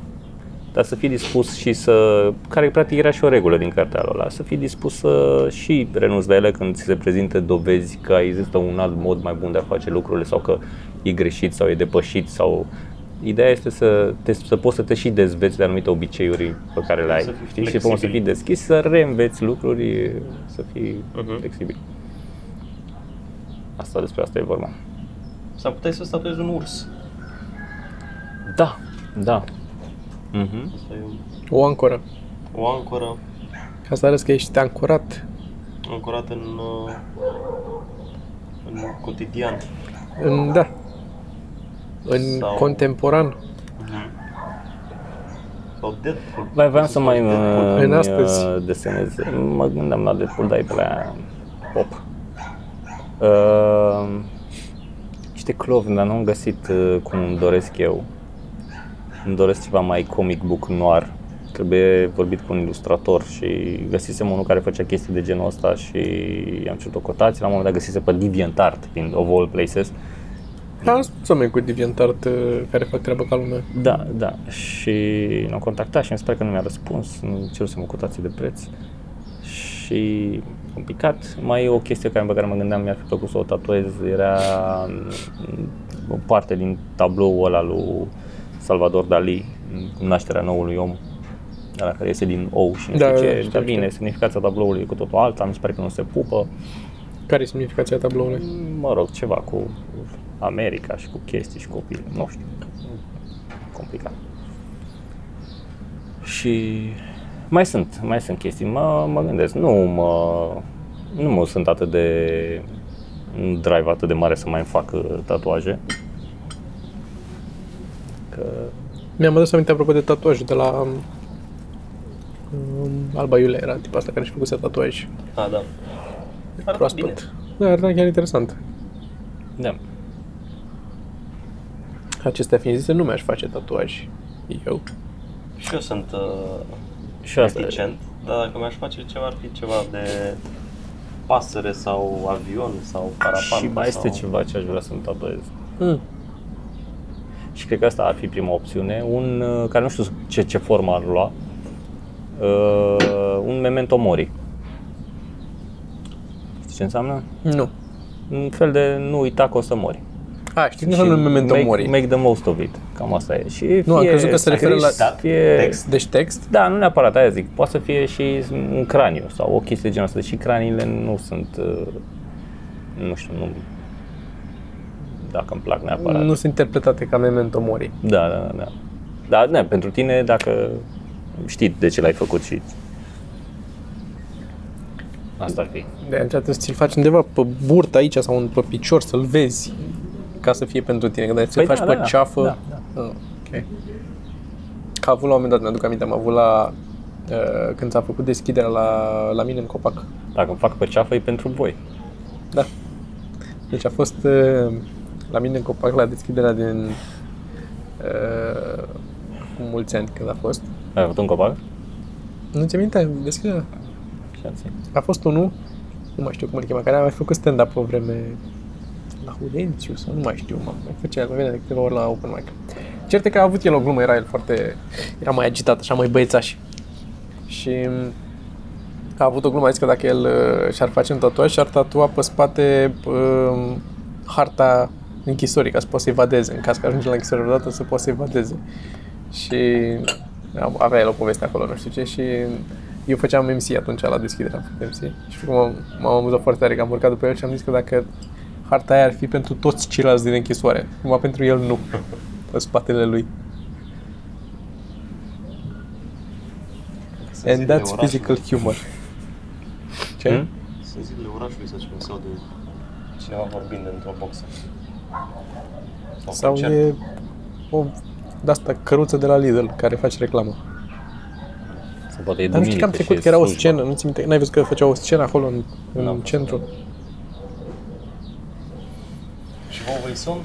Speaker 3: Dar să fii dispus și să... Care practic era și o regulă din cartea lui ăla, să fii dispus să și renunți la ele când ți se prezintă dovezi că există un alt mod mai bun de a face lucrurile sau că e greșit sau e depășit sau... Ideea este să, te, să poți să te și dezveți de anumite obiceiuri pe care le ai.
Speaker 1: Să fii
Speaker 3: știi? Și poți să
Speaker 1: flexibil.
Speaker 3: fii deschis, să reînveți lucruri, să fii
Speaker 1: Mhm.
Speaker 3: flexibil. Asta despre asta e vorba.
Speaker 1: Sau puteai să statuezi un urs.
Speaker 3: Da, da. Mhm.
Speaker 1: Asta e un-
Speaker 4: O ancoră.
Speaker 1: o ancoră
Speaker 4: Ca să arăți că ești ancorat.
Speaker 1: ancorată în, uh, în cotidian.
Speaker 4: În, da. În
Speaker 1: Sau-
Speaker 4: contemporan.
Speaker 1: Sau Deadpool.
Speaker 3: Mai vreau să mai
Speaker 1: Deadpool.
Speaker 3: uh,
Speaker 4: În
Speaker 3: îmi,
Speaker 4: astăzi.
Speaker 3: uh, desenez. Mă gândeam la Deadpool, dar e pe la pop. Uh, niște clovni, dar nu am găsit uh, cum îmi doresc eu. Îmi doresc ceva mai comic book noir. Trebuie vorbit cu un ilustrator și găsisem unul care făcea chestii de genul ăsta și am cerut o cotație. La un moment dat găsise pe DeviantArt, din of all places.
Speaker 4: Am spus Da, oameni cu DeviantArt uh, care fac treabă ca lumea.
Speaker 3: Da, da. Și l-am contactat și îmi spune că nu mi-a răspuns, nu cerusem o cotație de preț. Și am picat. Mai e o chestie care, pe care mă gândeam, mi-ar fi plăcut să o tatuez, era mm, o parte din tabloul ăla lui Salvador Dali, în nașterea noului om, ăla care iese din ou și nu
Speaker 4: Da,
Speaker 3: știu
Speaker 4: da,
Speaker 3: ce.
Speaker 4: știu,
Speaker 3: Dar bine,
Speaker 4: știu.
Speaker 3: semnificația tabloului e cu totul alta, mi se pare că nu se pupă
Speaker 4: Care e semnificația tabloului?
Speaker 3: mă rog, ceva cu America și cu chestii și copii, nu știu, complicat. Și mai sunt, mai sunt chestii, mă, mă gândesc, nu mă, nu mă sunt atât de un drive atât de mare să mai îmi fac uh, tatuaje. Că,
Speaker 4: Mi-am adus aminte apropo de tatuaj de la um, Alba Iulia era tipul asta care și făcuse tatuaj
Speaker 1: A, da. Arată bine.
Speaker 4: proaspăt. Da, era chiar interesant.
Speaker 3: Da.
Speaker 4: Acestea fiind zise, nu mi-aș face tatuaj. Eu.
Speaker 1: Și eu sunt uh,
Speaker 3: Și asta e.
Speaker 1: reticent, dar dacă mi-aș face ceva, ar fi ceva de pasăre sau avion sau parapanda.
Speaker 3: Și mai este
Speaker 1: sau...
Speaker 3: ceva ce aș vrea să-mi tatuez.
Speaker 4: Mm.
Speaker 3: Și cred că asta ar fi prima opțiune, un uh, care nu știu ce, ce formă ar lua, uh, un memento mori. Știi ce înseamnă?
Speaker 4: Nu.
Speaker 3: Un fel de nu uita că o să mori.
Speaker 4: A, Ah, știi
Speaker 3: Și
Speaker 4: cum în momentul
Speaker 3: make,
Speaker 4: mori.
Speaker 3: make the most of it. Cam asta e. Și
Speaker 4: Nu, am
Speaker 3: fie
Speaker 4: crezut că se referă la-
Speaker 3: scris,
Speaker 1: Da,
Speaker 3: fie...
Speaker 1: text.
Speaker 4: Deci text?
Speaker 3: Da, nu neapărat, aia zic. Poate să fie și un craniu sau o chestie de genul ăsta. Deși craniile nu sunt, uh, nu știu, nu, dacă îmi plac neapărat.
Speaker 4: Nu sunt interpretate ca memento mori.
Speaker 3: Da, da, da. Dar, da, pentru tine, dacă știi de ce l-ai făcut și... Asta ar fi.
Speaker 4: De aceea trebuie să ți-l faci undeva pe burtă aici sau în- pe picior să-l vezi ca să fie pentru tine. Că dacă ți-l
Speaker 3: Păi
Speaker 4: faci
Speaker 3: da,
Speaker 4: pe
Speaker 3: da, da.
Speaker 4: ceafă...
Speaker 3: Da,
Speaker 4: Ah, ok. Că a avut la un moment dat, mi-aduc aminte, am avut la... uh, Când s-a făcut deschiderea la, la mine în copac.
Speaker 3: Dacă îmi fac pe ceafă, e pentru voi.
Speaker 4: Da. Deci a fost uh, la mine în copac la deschiderea din uh, cu mulți ani când a fost.
Speaker 3: Ai avut un copac?
Speaker 4: Nu ți minte deschiderea?
Speaker 3: Ce ați zis?
Speaker 4: A fost unul, nu mai știu cum îl chema, care a mai făcut stand-up pe vreme la Udențiu sau nu mai știu, mă, mai făcea, mai venea de câteva ori la open mic. Cert e că a avut el o glumă, era el foarte, era mai agitat, așa, mai băiețaș. Și a avut o glumă, a zis că dacă el uh, și-ar face un tatuaj, și-ar tatua pe spate uh, harta închisorii, ca să poată să evadeze, în caz că ajunge la închisoare vreodată, să poată să evadeze. Și avea el o poveste acolo, nu știu ce, și eu făceam MC atunci la deschidere, am făcut MC. Și știu că m-am, m-am amuzat foarte tare că am urcat după el și am zis că dacă harta aia ar fi pentru toți ceilalți din închisoare, numai pentru el nu, pe spatele lui.
Speaker 1: Sunt
Speaker 4: And
Speaker 1: zilele
Speaker 4: that's
Speaker 1: orașului.
Speaker 4: physical humor. Ce?
Speaker 3: Hmm?
Speaker 1: Sunt zilele orașului, să zicem, sau de cineva vorbind într-o boxă.
Speaker 4: Sau
Speaker 1: concert.
Speaker 4: e o de asta căruță de la Lidl care face reclamă.
Speaker 3: Să poate e
Speaker 4: Dar nu știu că am
Speaker 3: duminică
Speaker 4: trecut
Speaker 3: și
Speaker 4: că era o
Speaker 3: slujbă.
Speaker 4: scenă, nu ți minte, n-ai văzut că făcea o scenă acolo în,
Speaker 3: N-am
Speaker 4: în
Speaker 3: fost
Speaker 4: centru.
Speaker 1: Și vă voi somn?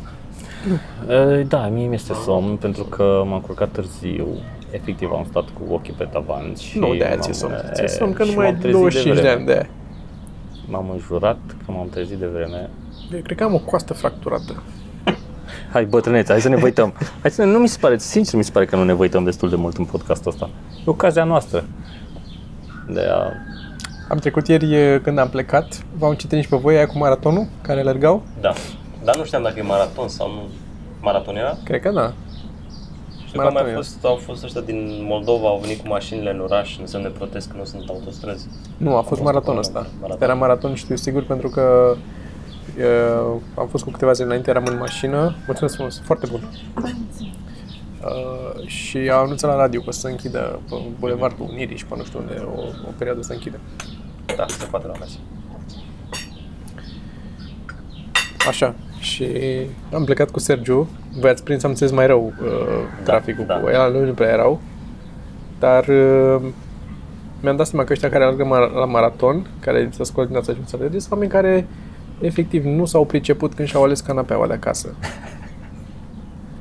Speaker 3: E, Da, mie mi-este somn pentru că m-am culcat târziu. Efectiv am stat cu ochii pe tavan și
Speaker 4: Nu, de aia
Speaker 3: m-am-
Speaker 4: ți-e somn.
Speaker 3: e,
Speaker 4: Ți-e somn că
Speaker 3: și
Speaker 4: nu mai
Speaker 3: m-am
Speaker 4: ai
Speaker 3: trezit de
Speaker 4: 25 de,
Speaker 3: vreme.
Speaker 4: ani de aia.
Speaker 3: M-am înjurat că m-am trezit de vreme.
Speaker 4: Eu cred că am o coastă fracturată.
Speaker 3: Hai bătrânețe, hai să ne văităm. Hai să ne, nu mi se pare, sincer mi se pare că nu ne văităm destul de mult în podcastul ăsta. E ocazia noastră. De a...
Speaker 4: Am trecut ieri e, când am plecat, v-am citit nici pe voi aia cu maratonul care alergau.
Speaker 1: Da. Dar nu știam dacă e maraton sau nu. Maraton era?
Speaker 4: Cred că da.
Speaker 1: Știu că au mai
Speaker 4: Maraton,
Speaker 1: fost, au fost ăștia din Moldova, au venit cu mașinile în oraș, în semn de protest că nu sunt autostrăzi.
Speaker 4: Nu, a fost
Speaker 1: fost
Speaker 4: maraton
Speaker 1: maraton,
Speaker 4: ăsta.
Speaker 1: maraton.
Speaker 4: Era maraton, știu sigur, pentru că uh, am fost cu câteva zile înainte, eram în mașină. Mulțumesc frumos, foarte bun. Uh, și a anunțat la radio că o să se închidă pe Bulevardul Unirii și pe nu știu unde o, o perioadă se închide.
Speaker 1: Da, se poate la mașină.
Speaker 4: Așa. Și am plecat cu Sergiu. Voi ați prins, am înțeles mai rău uh, traficul
Speaker 1: da.
Speaker 4: cu ea, lui nu prea erau. Dar uh, mi-am dat seama că ăștia care alergă mar- la maraton, care se ascultă dimineața și nu se alerge, sunt oameni care efectiv nu s-au priceput când și-au ales canapeaua de acasă.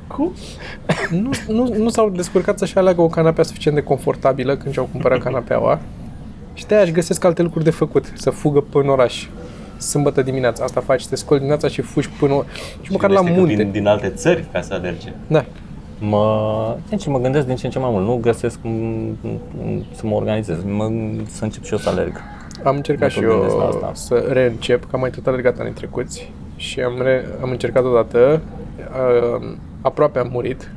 Speaker 4: Cum? Nu, nu, nu s-au descurcat să-și aleagă o canapea suficient de confortabilă când și-au cumpărat canapeaua. Și de-aia își găsesc alte lucruri de făcut, să fugă până în oraș. Sâmbătă dimineața, asta faci, te scoli dimineața și fugi până o- și măcar
Speaker 1: Și
Speaker 4: la
Speaker 1: este că
Speaker 4: munte.
Speaker 1: Vin din alte țări ca să alerge.
Speaker 4: Da.
Speaker 3: Mă, sincer, mă gândesc din ce în ce mai mult. Nu găsesc m- m- să mă organizez. Mă, să încep și eu să alerg.
Speaker 4: Am încercat
Speaker 3: Nu
Speaker 4: și
Speaker 3: mă gândesc la
Speaker 4: eu
Speaker 3: asta.
Speaker 4: să reîncep, că am mai tot alergat anii trecuți și am, re- am încercat odată, uh, aproape am murit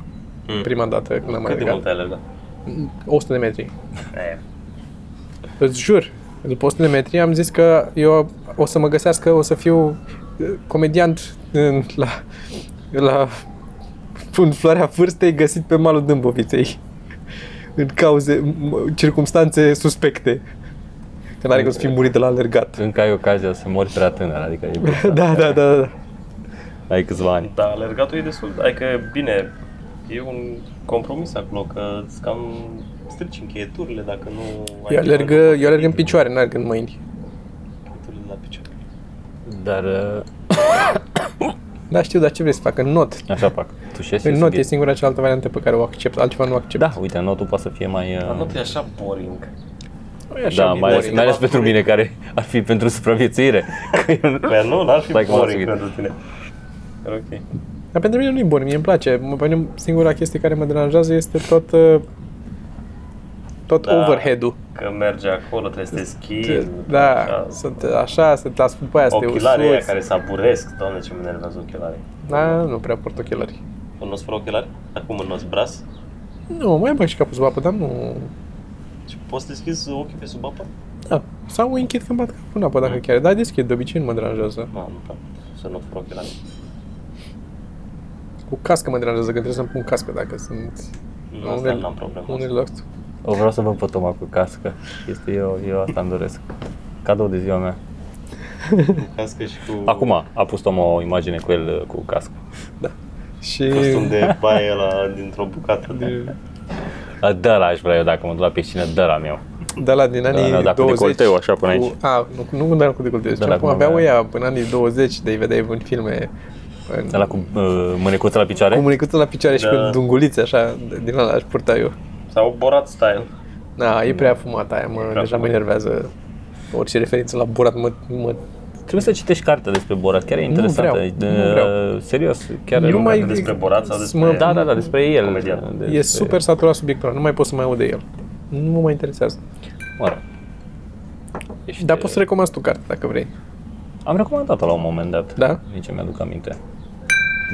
Speaker 1: Mm.
Speaker 4: prima dată când am
Speaker 1: Cât de
Speaker 4: alergat.
Speaker 1: mult ai alergat?
Speaker 4: 100 de metri.
Speaker 1: E,
Speaker 4: Îți jur, după 100 de metri am zis că eu o să mă găsească, o să fiu eh, comediant în, la, la în floarea vârstei găsit pe malul Dâmboviței. În cauze, m- circumstanțe suspecte. Că n-are cum să fi murit de la alergat.
Speaker 3: Încă ai ocazia să mori prea tânăr, adică e bine.
Speaker 4: Da, da, da, da.
Speaker 3: ai câțiva ani.
Speaker 1: Da, alergatul e destul, adică bine, e un compromis acolo, că îți cam strici încheieturile dacă nu
Speaker 4: Eu alerg, eu alerg în picioare, n-alerg în mâini.
Speaker 1: încheieturile la picioare.
Speaker 3: Dar uh,
Speaker 4: Da, știu, dar ce vrei să fac? În not.
Speaker 3: așa fac. Tu și
Speaker 4: În not e singura cealaltă variantă pe care o accept, altceva nu accept.
Speaker 3: Da, uite, notul poate să fie mai...
Speaker 1: Dar nu
Speaker 3: Uh,
Speaker 1: e așa boring.
Speaker 4: Nu e așa
Speaker 3: da, mai ales,
Speaker 4: boring.
Speaker 3: mai ales pentru mine care ar fi pentru supraviețuire. Că eu nu...
Speaker 1: Păi nu, n-ar fi
Speaker 3: Stai că m-am
Speaker 1: boring
Speaker 3: suit.
Speaker 1: pentru tine. Dar ok.
Speaker 4: Dar pentru mine nu e bun, mie îmi place. Mă, pe mine singura chestie care mă deranjează este tot, uh, tot
Speaker 1: Da.
Speaker 4: da. overhead-ul.
Speaker 1: Că merge acolo, trebuie să te schimbi.
Speaker 4: Da,
Speaker 1: așa.
Speaker 4: să te, așa, să te las pe aia, să te
Speaker 1: Ochelarii aia
Speaker 4: usuți.
Speaker 1: care se aburesc, doamne ce mă enervează ochelarii.
Speaker 4: Da, nu prea port ochelari.
Speaker 1: Un nos fără ochelari? Acum un nos bras?
Speaker 4: Nu, mai bag și capul sub apă, dar nu...
Speaker 1: Și Deci poți să deschizi ochii pe sub apă?
Speaker 4: Da, sau o închid când bat capul în apă,
Speaker 1: Mm.
Speaker 4: dacă chiar. Da, deschid, de obicei nu mă deranjează.
Speaker 1: Nu, nu prea. Să nu fără ochelari.
Speaker 4: Cu cască mă deranjează, că trebuie să-mi pun cască dacă sunt...
Speaker 1: Nu, asta n-am problemă.
Speaker 4: Unele loc.
Speaker 3: O vreau să vă pot toma cu cască. Este eu, eu asta îmi doresc. Cadou de ziua mea.
Speaker 1: Cască și cu
Speaker 3: Acum a pus Tom o imagine cu el uh, cu cască.
Speaker 4: Și...
Speaker 1: costum de baie la dintr-o bucată. De...
Speaker 4: de-
Speaker 3: A, Da, la aș vrea eu dacă mă duc la piscină, da la meu.
Speaker 4: De la din anii
Speaker 3: da,
Speaker 4: 20.
Speaker 3: cu decolteu, așa, până aici.
Speaker 4: Cu, a, nu, nu de la cu decolteu,
Speaker 3: De
Speaker 4: de
Speaker 3: la
Speaker 4: acum
Speaker 3: cu
Speaker 4: aveau
Speaker 3: mâna.
Speaker 4: ea până anii 20, de-i vedeai în filme. În,
Speaker 3: Da la cu uh, mânecuța la
Speaker 4: cu
Speaker 3: picioare.
Speaker 4: mânicuța la picioare și
Speaker 1: Da.
Speaker 4: cu dungulițe, așa, de- din ăla aș purta eu.
Speaker 1: Sau borat style.
Speaker 4: Da, e prea fumat aia, mă,
Speaker 1: prea
Speaker 4: deja mă
Speaker 1: fumat.
Speaker 4: enervează orice referință la borat, mă, mă
Speaker 3: Trebuie să citești cartea despre Borat, chiar e
Speaker 4: Nu
Speaker 3: interesantă.
Speaker 4: vreau,
Speaker 3: De-
Speaker 4: nu vreau.
Speaker 3: Serios, chiar
Speaker 4: Eu
Speaker 3: nu
Speaker 4: mai-
Speaker 3: vreau.
Speaker 1: Despre borat sau despre...
Speaker 4: Mă-
Speaker 3: Da, da, da, despre el.
Speaker 1: Comedian.
Speaker 3: Despre-
Speaker 4: E super saturat subiectul ăla, nu mai pot să mai aud de el. Nu mă mai interesează.
Speaker 3: Mă rog. Ești-
Speaker 4: Dar poți să recomanzi tu carte dacă vrei.
Speaker 3: Am recomandat-o la un moment dat.
Speaker 4: Da?
Speaker 3: Nici mi-aduc aminte.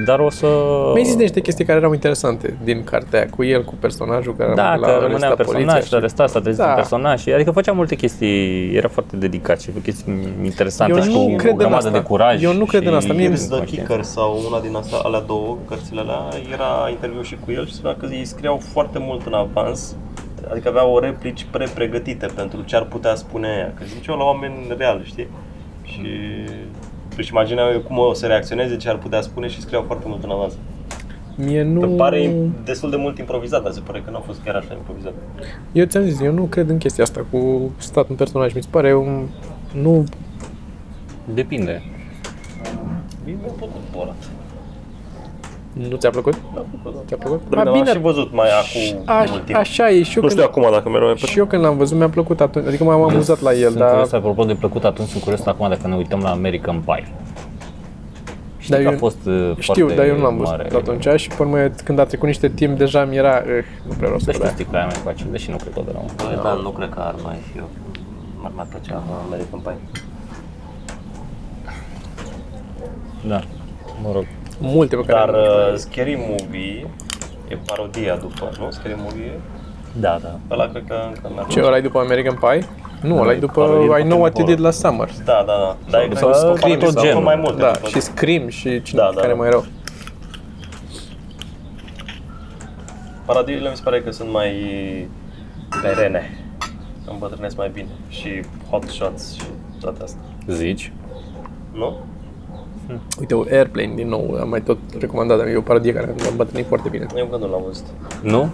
Speaker 3: Dar o să...
Speaker 4: Mi-ai
Speaker 3: Oh.
Speaker 4: zis de niște chestii care erau interesante din cartea aia, cu el, cu personajul care
Speaker 3: Da,
Speaker 4: rămâne
Speaker 3: că
Speaker 4: arest
Speaker 3: rămânea personaj,
Speaker 4: poliția
Speaker 3: dar
Speaker 4: și-
Speaker 3: resta asta,
Speaker 4: Da.
Speaker 3: trebuie da. personaj. și- Adică făcea multe chestii, era foarte dedicat și chestii interesante
Speaker 4: Eu
Speaker 3: și
Speaker 4: nu
Speaker 3: cu
Speaker 4: cred
Speaker 3: o
Speaker 4: în
Speaker 3: grămadă
Speaker 4: asta.
Speaker 3: de curaj.
Speaker 4: Eu nu cred
Speaker 3: și
Speaker 4: în asta. Mie mi
Speaker 1: Here's the
Speaker 3: conștient.
Speaker 1: Kicker sau una din asta, alea două, cărțile alea, era interviu și cu el și spunea că ei scriau foarte mult în avans, adică aveau o replici pre-pregătite pentru ce ar putea spune aia, că ziceau la oameni reali, știi? Și își imagineau eu cum o să reacționeze, ce ar putea spune și scriau foarte mult în avans.
Speaker 4: Mie
Speaker 1: Că
Speaker 4: nu...
Speaker 1: pare destul de mult improvizat, dar se pare că n-a fost chiar așa improvizat.
Speaker 4: Eu ți-am zis, eu nu cred în chestia asta cu stat un personaj. Mi se pare un... Nu...
Speaker 3: Depinde.
Speaker 1: Mie mi-a plăcut Borat.
Speaker 4: Nu ți-a plăcut?
Speaker 1: Mi-a plăcut, da.
Speaker 4: Ți-a plăcut?
Speaker 1: Dar bine, l-am și văzut mai acum mult
Speaker 4: a,
Speaker 1: timp.
Speaker 4: așa e și eu,
Speaker 1: Nu știu
Speaker 4: când,
Speaker 1: acum Mm. dacă mi-a mai plăcut.
Speaker 4: și eu când l-am văzut mi-a plăcut atunci, adică m-am amuzat la el,
Speaker 3: Sunt da.
Speaker 4: dar
Speaker 3: curios, apropo de plăcut, atunci sunt curios acum dacă ne uităm la American Pie. Știi
Speaker 4: Dar
Speaker 3: că
Speaker 4: eu-
Speaker 3: a fost uh,
Speaker 4: știu,
Speaker 3: foarte
Speaker 4: dar eu nu l-am văzut
Speaker 3: mare.
Speaker 4: atunci și pe urmă, când a trecut niște timp, deja mi era, eh, nu prea vreau să
Speaker 3: Deci
Speaker 4: văd aia.
Speaker 3: sticla aia mai face, deși nu cred că o dă la un-
Speaker 1: Da, nu cred că ar mai fi eu. Ar mai plăcea American Pie.
Speaker 3: Da, mă rog.
Speaker 4: Multe pe
Speaker 1: Dar
Speaker 4: care nu-
Speaker 1: uh, Scary Movie e parodia după, nu? Scary Movie e?
Speaker 3: Da, da.
Speaker 1: Ăla cred că încă merge.
Speaker 4: Ce, ăla e după American Pie? Nu, ăla e
Speaker 3: parodie
Speaker 4: după
Speaker 3: după
Speaker 4: I Know What You
Speaker 3: filmul
Speaker 4: Did Last Summer.
Speaker 1: Da, da, da. Dar e cred
Speaker 3: Sau
Speaker 1: că sunt
Speaker 3: Scream
Speaker 1: parodia
Speaker 3: sau-
Speaker 1: după mai multe.
Speaker 4: Da,
Speaker 1: după-
Speaker 4: și Scream și cine
Speaker 1: Da, da,
Speaker 4: care
Speaker 1: da.
Speaker 4: mai erau.
Speaker 1: Parodiile mi se pare că sunt mai perene. Îmbătrânesc mai bine. Și Hot Shots și toate astea.
Speaker 3: Zici?
Speaker 1: Nu?
Speaker 4: Uite, o Airplane din nou, am mai tot recomandat, dar e o parodie care am bătrânit foarte bine.
Speaker 1: Eu încă nu l-am văzut.
Speaker 3: Nu?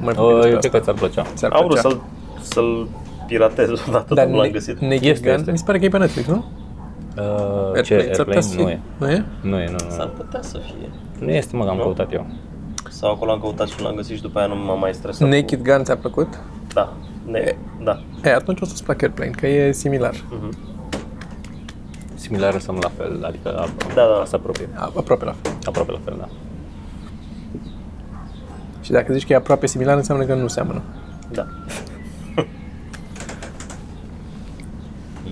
Speaker 4: Mai
Speaker 3: Uh,
Speaker 4: puțin
Speaker 3: Eu
Speaker 4: despre
Speaker 3: cred
Speaker 4: asta.
Speaker 3: că ți-ar plăcea.
Speaker 4: Ți-ar
Speaker 1: Am vrut
Speaker 4: plăcea.
Speaker 1: să-l, să-l piratez odată, dar nu l-am găsit.
Speaker 4: Ne- Hmm. Naked
Speaker 3: Este,
Speaker 4: Gun,
Speaker 3: este.
Speaker 4: mi se pare că e pe Netflix, nu?
Speaker 3: Uh, Ce,
Speaker 4: ți-ar putea să
Speaker 3: Airplane?
Speaker 4: fie.
Speaker 3: Nu e.
Speaker 4: Nu e?
Speaker 3: Nu e, nu, nu,
Speaker 1: S-ar
Speaker 3: nu.
Speaker 1: putea să fie.
Speaker 3: Nu este, mă, că am căutat eu.
Speaker 1: Sau acolo am căutat și nu l-am găsit și după aia nu m-am mai stresat. cu-
Speaker 4: Naked Gun ți-a plăcut?
Speaker 1: Da, ne, da.
Speaker 4: E, atunci o să-ți placă Airplane, că e similar,
Speaker 3: Mm. Similar sau la fel, adică a,
Speaker 1: Da, da.
Speaker 3: se apropie.
Speaker 4: a- aproape la fel.
Speaker 3: Aproape la fel, da.
Speaker 4: Și dacă zici că e aproape similar, înseamnă că nu seamănă.
Speaker 1: Da.
Speaker 4: Hmm.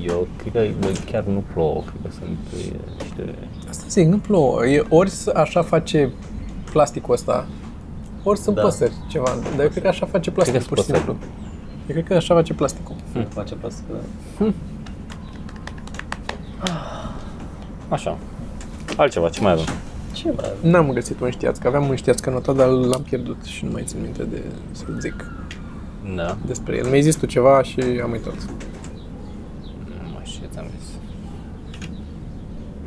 Speaker 3: Eu cred că bă, chiar nu plouă, cred că sunt e, niște...
Speaker 4: Asta zic, nu plouă. E, ori s- așa face plasticul ăsta, ori sunt
Speaker 1: Da.
Speaker 4: da. păsări, ceva. Dar eu cred că așa face plasticul,
Speaker 3: Cred că
Speaker 4: pur și
Speaker 3: sunt
Speaker 4: simplu. Eu cred că așa face plasticul.
Speaker 1: Hmm. Face plastică, da.
Speaker 3: Așa. Altceva, ce mai avem?
Speaker 1: Ce mai avem?
Speaker 4: N-am găsit un știați, că aveam un știați că notat, dar l-am pierdut și nu mai țin minte de să zic
Speaker 3: Da.
Speaker 4: despre el. Mi-ai zis tu ceva și am uitat.
Speaker 3: Nu mai știu ce ți-am zis.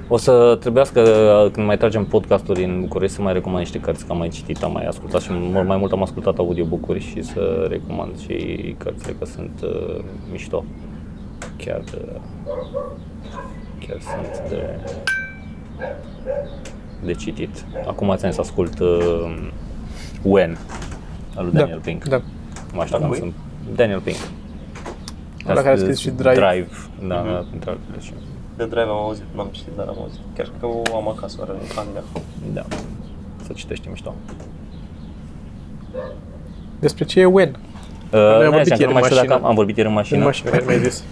Speaker 3: O să trebuiască, uh, când mai tragem podcasturi în București, să mai recomand niște cărți, că am mai citit, am mai ascultat și mult mai mult am ascultat audiobook-uri și să recomand și cărțile, că sunt uh, mișto. Chiar uh, chiar sunt de, de citit. Acum ți-am să ascult uh, When, al lui Daniel
Speaker 4: da,
Speaker 3: Pink.
Speaker 4: Da.
Speaker 3: Mă așteptam
Speaker 1: Al
Speaker 3: să...
Speaker 1: cui?
Speaker 3: Daniel Pink.
Speaker 4: Ăla care a scris și Drive. Mhm.
Speaker 3: Drive, da, da, printre altele și...
Speaker 1: De drive am auzit, n-am citit, dar am auzit. Chiar că o am acasă, oare în Anglia.
Speaker 3: Da. Să citești e mișto. Uh,
Speaker 4: Despre ce e When?
Speaker 3: Uh,
Speaker 4: am
Speaker 3: ne-a
Speaker 4: vorbit
Speaker 3: zis,
Speaker 4: ieri în
Speaker 3: nu mai știu dacă
Speaker 4: mașină.
Speaker 3: am, am vorbit ieri în mașină.
Speaker 4: În mașină, care mi-ai zis.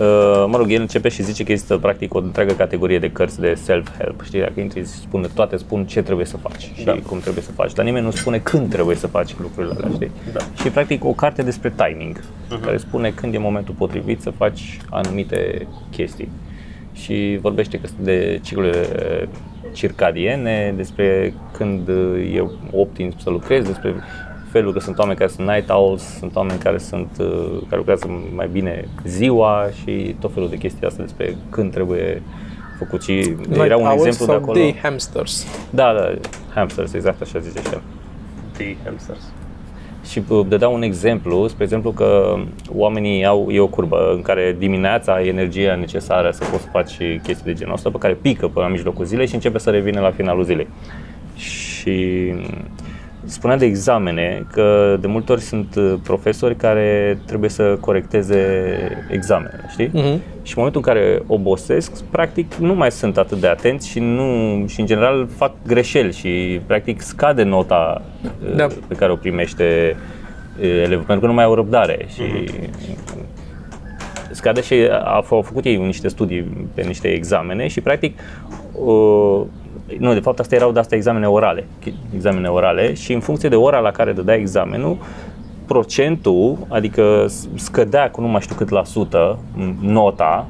Speaker 3: Uh, mă rog, el începe și zice că există practic o întreagă categorie de cărți de self-help. Știi, dacă intri, îți spune toate, spun ce trebuie să faci și
Speaker 1: Da.
Speaker 3: cum trebuie să faci, dar nimeni nu spune când trebuie să faci lucrurile alea, știi?
Speaker 1: Da.
Speaker 3: Și practic o carte despre timing, uh-huh. care spune când e momentul potrivit să faci anumite chestii. Și vorbește că sunt de ciclurile circadiene, despre când uh, e optim să lucrezi, despre felul că sunt oameni care sunt night owls, sunt oameni care sunt uh, care lucrează mai bine ziua și tot felul de chestii astea despre când trebuie făcut și era un
Speaker 4: Night
Speaker 3: exemplu de
Speaker 4: Owls sau
Speaker 3: acolo.
Speaker 4: Day Hamsters.
Speaker 3: Da, da, hamsters, exact așa zice și el.
Speaker 1: The hamsters.
Speaker 3: Și uh, dădea un exemplu, spre exemplu că oamenii au, e o curbă în care dimineața ai energia necesară să poți să faci chestii de genul ăsta, pe care pică până la mijlocul zilei și începe să revină la finalul zilei. Și spunea de examene că de multe ori sunt uh, profesori care trebuie să corecteze examenele, știi?
Speaker 4: Mhm.
Speaker 3: Și în momentul în care obosesc, practic nu mai sunt atât de atenți și, nu, și în general fac greșeli și practic scade nota uh,
Speaker 4: Da.
Speaker 3: pe care o primește uh, elevul, pentru că nu mai au răbdare și scade și a- au făcut ei niște studii pe niște examene și practic uh, nu, de fapt asta erau de asta examene orale, chi- examene orale și în funcție de ora la care dădea examenul, procentul, adică s- scădea cu nu mai știu cât la sută m, nota,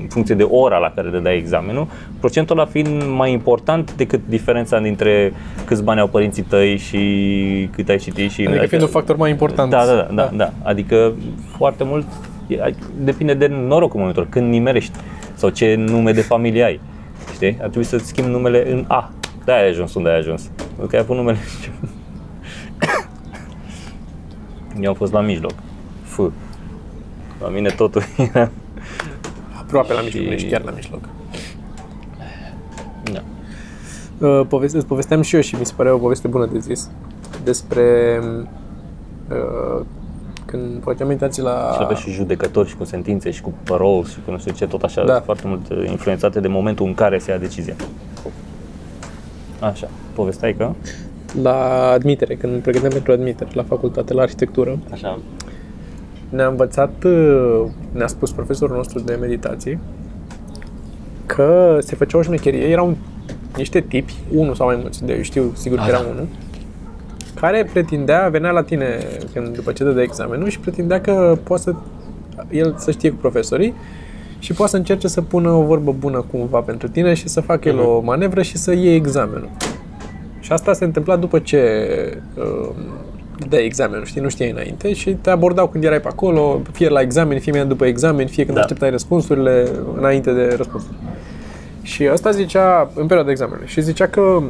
Speaker 3: în funcție de ora la care dădea examenul, procentul ăla fiind mai important decât diferența dintre câți bani au părinții tăi și cât ai citit și...
Speaker 4: Adică fiind un factor mai important.
Speaker 3: Da, da, da, da, da. Adică foarte mult e- ai- depinde de norocul monitor, când nimerești sau ce nume de familie ai. Știi? Ar trebui să-ți schimbi numele în A. Da, ai ajuns unde ai ajuns. Pentru că ai pus numele Eu am fost la mijloc. F. La mine totul era...
Speaker 4: Aproape la mijloc,
Speaker 3: Și-
Speaker 4: nu ești chiar la mijloc.
Speaker 3: Da.
Speaker 4: Uh, poveste, îți povesteam și eu și mi se pare o poveste bună de zis despre uh, când făceam meditații la...
Speaker 3: Și avea și judecători și cu sentințe și cu parole și cu nu știu ce, tot așa,
Speaker 4: Da.
Speaker 3: da. foarte mult uh, influențate de momentul în care se ia decizia. Așa, povesteai că?
Speaker 4: la admitere, când ne pregăteam pentru admitere la facultate, la arhitectură,
Speaker 1: Așa.
Speaker 4: ne-a învățat, uh, ne-a spus profesorul nostru de meditații, că se făcea o șmecherie, erau niște tipi, unul sau mai mulți, de eu știu sigur că
Speaker 3: Ah,
Speaker 4: era
Speaker 3: da.
Speaker 4: unul, care pretindea, venea la tine când, după ce dădea examenul și pretindea că poate să, el să știe cu profesorii și poate să încerce să pună o vorbă bună cumva pentru tine și să facă el
Speaker 3: Mhm.
Speaker 4: o manevră și să iei examenul. Și asta se întâmpla după ce uh, dai examenul, știi, nu știai înainte și te abordau când erai pe acolo, fie la examen, fie imediat după examen, fie când da.
Speaker 1: Da.
Speaker 4: așteptai răspunsurile, înainte de răspunsuri. Și asta zicea în perioada examenului și zicea că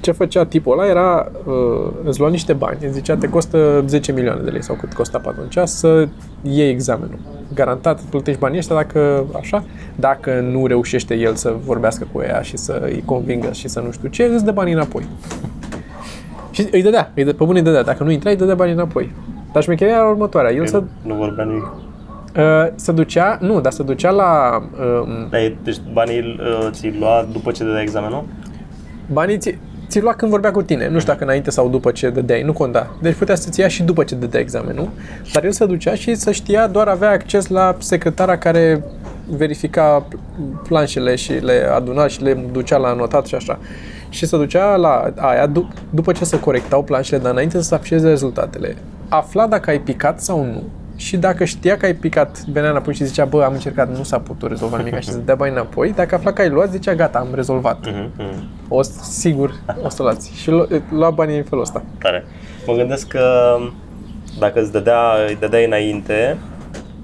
Speaker 4: ce făcea tipul ăla era, uh, îți lua niște bani, îți zicea te costă 10 milioane de lei sau cât costa pe atunci să iei examenul. Garantat îți plătești banii ăștia dacă așa, dacă nu reușește el să vorbească cu ea și să îi convingă și să nu știu ce, îți dă banii înapoi. Și îi dădea, îi dă, pe bune îi dădea, dacă nu intrai îi dădea banii înapoi. Dar șmecheria era următoarea, el să,
Speaker 1: Nu vorbea nimic.
Speaker 4: uh, se ducea, nu, dar se ducea la uh,
Speaker 1: Dar e, deci banii uh, ți-i lua după ce dădeai examenul?
Speaker 4: Banii ți, ți lua când vorbea cu tine, nu știu dacă înainte sau după ce dădeai, nu conta. Deci putea să-ți ia și după ce dădea examenul, dar el se ducea și să știa, doar avea acces la secretara care verifica planșele și le aduna și le ducea la anotat și așa. Și se ducea la aia dup- după ce se corectau planșele, dar înainte să se afișeze rezultatele. Afla dacă ai picat sau nu. Și dacă știa că ai picat, venea înapoi și zicea, bă, am încercat, nu s-a putut rezolva nimic și îți dea bani înapoi. Dacă afla că ai luat, zicea, gata, am rezolvat.
Speaker 1: Mm-hmm.
Speaker 4: O, să- sigur, o să luați. Și lu- lua banii în felul ăsta.
Speaker 1: Tare. Mă gândesc că dacă îți dădea, îi dădeai înainte,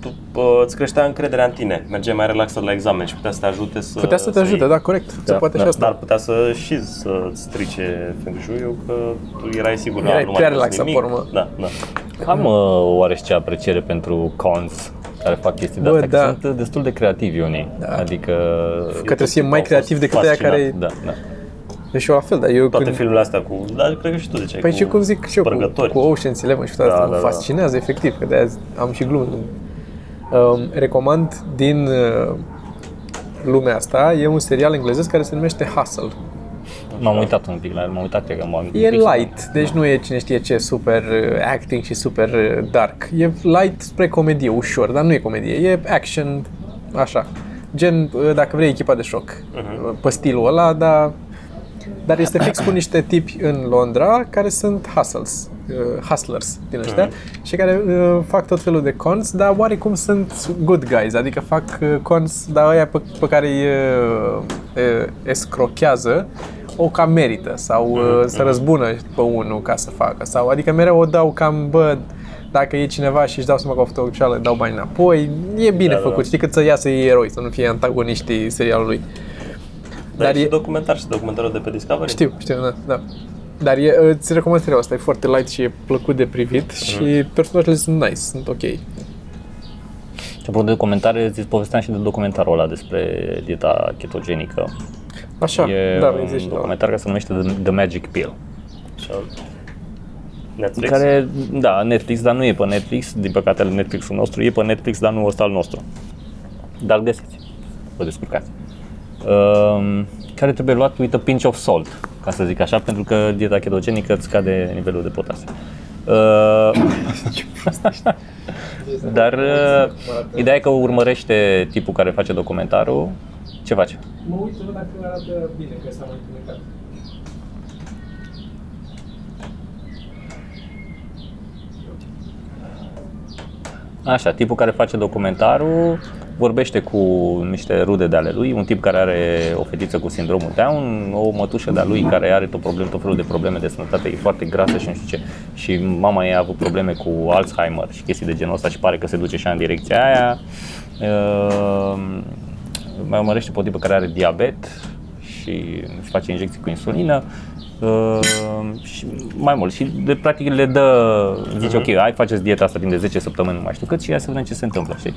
Speaker 1: tu, uh, îți creștea încrederea în tine. Mergeai mai relaxat la examen și putea să te ajute să...
Speaker 4: Putea să te
Speaker 1: iei.
Speaker 4: ajute, da, corect. Da, se poate
Speaker 3: da,
Speaker 4: și asta.
Speaker 1: Dar putea să și să strice Feng Shui-ul, că tu erai sigur
Speaker 4: Erai
Speaker 1: "A, nu
Speaker 4: prea
Speaker 1: mai Da, pus
Speaker 4: relaxat,
Speaker 1: nimic."
Speaker 4: pe urmă.
Speaker 1: Da, da.
Speaker 3: Am uh, oareși apreciere pentru cons care fac chestii de
Speaker 4: Bă,
Speaker 3: astea,
Speaker 4: da.
Speaker 3: că sunt uh, destul de creativi unii. Da. Adică...
Speaker 4: Că trebuie să fie mai
Speaker 3: au fost
Speaker 4: creativ decât aia
Speaker 3: fascinat.
Speaker 4: care-
Speaker 3: Da, da.
Speaker 4: Deci eu la fel, dar eu
Speaker 1: Toate
Speaker 4: când...
Speaker 1: filmele astea cu... Dar cred că și tu ziceai
Speaker 4: Păi
Speaker 1: cu
Speaker 4: și cum zic și eu, cu,
Speaker 1: spărgători.
Speaker 4: cu Ocean's Eleven și toate
Speaker 1: Da,
Speaker 4: astea,
Speaker 1: da,
Speaker 4: mă
Speaker 1: da.
Speaker 4: fascinează efectiv, că de-aia am și glumă. Um, recomand din uh, lumea asta, e un serial englezesc care se numește Hustle.
Speaker 3: M-am uitat un pic la el, m-am uitat, cred că m-am un
Speaker 4: E
Speaker 3: pic și-
Speaker 4: light, deci nu e cine știe ce super uh, acting și super uh, dark. E light spre comedie, ușor, dar nu e comedie, e action, așa. Gen, uh, dacă vrei, echipa de șoc, uh-huh. pe stilul ăla, dar, dar este fix cu niște tipi în Londra care sunt hustles, uh, hustlers din
Speaker 1: Mm.
Speaker 4: ăștia uh-huh. și care uh, fac tot felul de cons, dar oarecum sunt good guys, adică fac uh, cons, dar aia pe, pe care îi uh, uh, escrochează o cam merită sau uh,
Speaker 1: Mm,
Speaker 4: să răzbună pe unul ca să facă. Sau, adică mereu o dau cam, bă, dacă e cineva și își dau seama că a făcut o greșeală, îi dau bani înapoi. E bine
Speaker 1: Da,
Speaker 4: da,
Speaker 1: da,
Speaker 4: făcut,
Speaker 1: da.
Speaker 4: știi, cât să iasă ei eroi, să nu fie antagoniștii serialului.
Speaker 1: Dar,
Speaker 4: Dar
Speaker 1: e și
Speaker 4: e-
Speaker 1: documentar și documentarul de pe Discovery.
Speaker 4: Știu, știu, da, da. Dar e, îți recomand serialul ăsta, e foarte light și e plăcut de privit
Speaker 3: Mhm.
Speaker 4: și personajele sunt nice, sunt ok.
Speaker 3: Și apropo de documentare, îți povesteam și de documentarul ăla despre dieta ketogenică.
Speaker 4: Așa,
Speaker 3: e
Speaker 4: da,
Speaker 3: un
Speaker 4: există. Da.
Speaker 3: documentar care se numește The, The Magic Pill.
Speaker 1: Așa. Netflix?
Speaker 3: Care, da, Netflix, dar nu e pe Netflix, din păcate Netflixul nostru, e pe Netflix, dar nu ăsta al nostru. Dar îl găsiți, vă descurcați. Um, care trebuie luat with a pinch of salt, ca să zic așa, pentru că dieta ketogenică îți scade nivelul de potas. Uh, dar uh, ideea e că urmărește tipul care face documentarul. Ce face?
Speaker 4: Mă uit să văd dacă arată bine, că s-a mai întunecat.
Speaker 3: Așa, tipul care face documentarul vorbește cu niște rude de ale lui, un tip care are o fetiță cu sindromul Down, o mătușă de-a lui care are tot, problem, tot felul de probleme de sănătate, e foarte grasă și nu știu ce. Și mama ei a avut probleme cu Alzheimer și chestii de genul ăsta și pare că se duce și ea în direcția aia. Uh, mai urmărește pe o tipă care are diabet, și își face injecții cu insulină uh, și mai mult. Și de practic le dă, zice,
Speaker 4: Mhm.
Speaker 3: ok, hai faceți dieta asta timp de 10 săptămâni, nu mai știu cât, și hai să vedem ce se întâmplă, știi?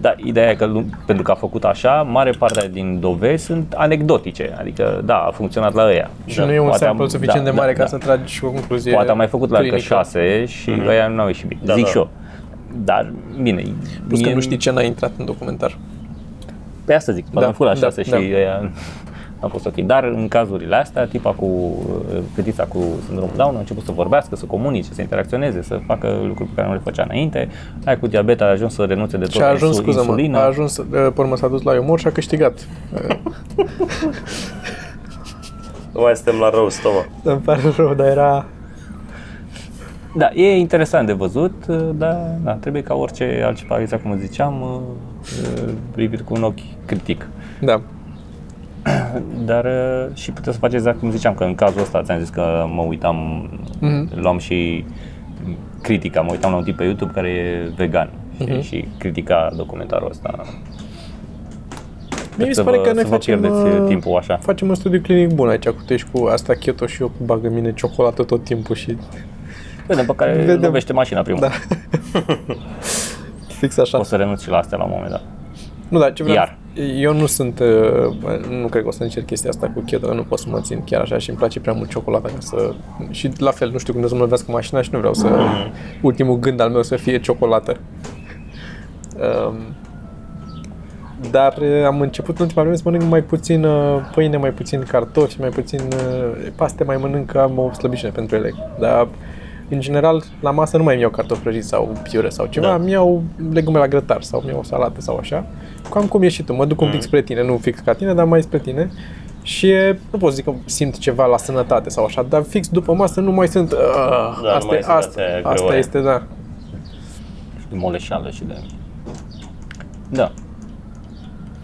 Speaker 3: Dar ideea e că lu- pentru că a făcut așa, mare parte din dovezi sunt anecdotice, adică da, a funcționat la ăia.
Speaker 4: Și
Speaker 3: Da,
Speaker 4: nu e un
Speaker 3: poate am- da,
Speaker 4: sample suficient de mare ca să Mhm. tragi o concluzie
Speaker 3: Poate am mai făcut la încă
Speaker 4: clinică.
Speaker 3: șase și mm ăia nu au ieșit bine,
Speaker 1: Da,
Speaker 3: zic
Speaker 1: da.
Speaker 3: și eu. Dar, bine,
Speaker 4: Plus că
Speaker 3: mie-
Speaker 4: nu știi ce n-a intrat în documentar.
Speaker 3: Pe asta zic, da, am fost la
Speaker 4: da,
Speaker 3: 6
Speaker 4: da.
Speaker 3: și ăia a fost ok. Dar în cazurile astea, tipa cu uh, fetița cu sindromul Down a început să vorbească, să comunice, să interacționeze, să facă lucruri pe care nu le făcea înainte. Ai cu diabet a ajuns să renunțe de tot
Speaker 4: Și a ajuns,
Speaker 3: insul-
Speaker 4: scuză mă,
Speaker 3: insulină.
Speaker 4: a ajuns, uh, pe urmă s-a dus la umor și a câștigat. Uh,
Speaker 1: Nu mai suntem la rău, Toma.
Speaker 4: Îmi pare rău, dar era...
Speaker 3: Da, e interesant de văzut, uh, dar da, trebuie ca orice altceva, exact cum ziceam, uh, uh, privit cu un ochi critic.
Speaker 4: Da,
Speaker 3: Dar uh, și puteți să faceți exact cum ziceam, că în cazul ăsta ți-am zis că mă uitam,
Speaker 4: Mhm.
Speaker 3: mm-hmm. luam și critica, mă uitam la un tip pe YouTube care e vegan
Speaker 4: Mhm.
Speaker 3: mm-hmm. și critica documentarul ăsta. Deci
Speaker 4: Mie mi
Speaker 3: Să
Speaker 4: se pare
Speaker 3: vă-
Speaker 4: că noi
Speaker 3: să vă
Speaker 4: facem,
Speaker 3: pierdeți
Speaker 4: uh,
Speaker 3: timpul așa.
Speaker 4: facem un studiu clinic bun aici, cu tu ești cu asta keto și eu cu bagă mine ciocolată tot timpul și
Speaker 3: Vedem pe care
Speaker 4: Vedem.
Speaker 3: Vedem. lovește mașina primul.
Speaker 4: Da. fix așa.
Speaker 3: O să renunț și la astea la un moment dat.
Speaker 4: Nu, dar ce vreau...
Speaker 3: Iar.
Speaker 4: Eu nu sunt, uh, nu cred că o să încerc chestia asta cu keto, nu pot să mă țin chiar așa și îmi place prea mult ciocolata ca să... Și la fel, nu știu când o să mă lovească mașina și nu vreau să...
Speaker 3: Mm.
Speaker 4: Ultimul gând al meu să fie ciocolată. Um, dar uh, am început în ultima vreme să mănânc mai puțin uh, pâine, mai puțin cartofi, mai puțin uh, paste, mai mănânc, că am o slăbiciune pentru ele. Dar, în general, la masă nu mai îmi iau cartofi prăjiți sau piure sau ceva,
Speaker 1: Da.
Speaker 4: da. îmi iau legume la grătar sau îmi iau o salată sau așa. Cam cum ești și tu, mă duc
Speaker 1: Mm.
Speaker 4: un pic spre tine, nu fix ca tine, dar mai spre tine. Și e, nu pot să zic că simt ceva la sănătate sau așa, dar fix după masă nu mai sunt... Uh,
Speaker 1: Da, nu
Speaker 4: asta,
Speaker 1: mai
Speaker 4: e-
Speaker 1: sunt
Speaker 4: asta,
Speaker 1: astea greu,
Speaker 4: asta
Speaker 1: aia."
Speaker 4: este, da.
Speaker 3: Și de moleșeală și de... Da.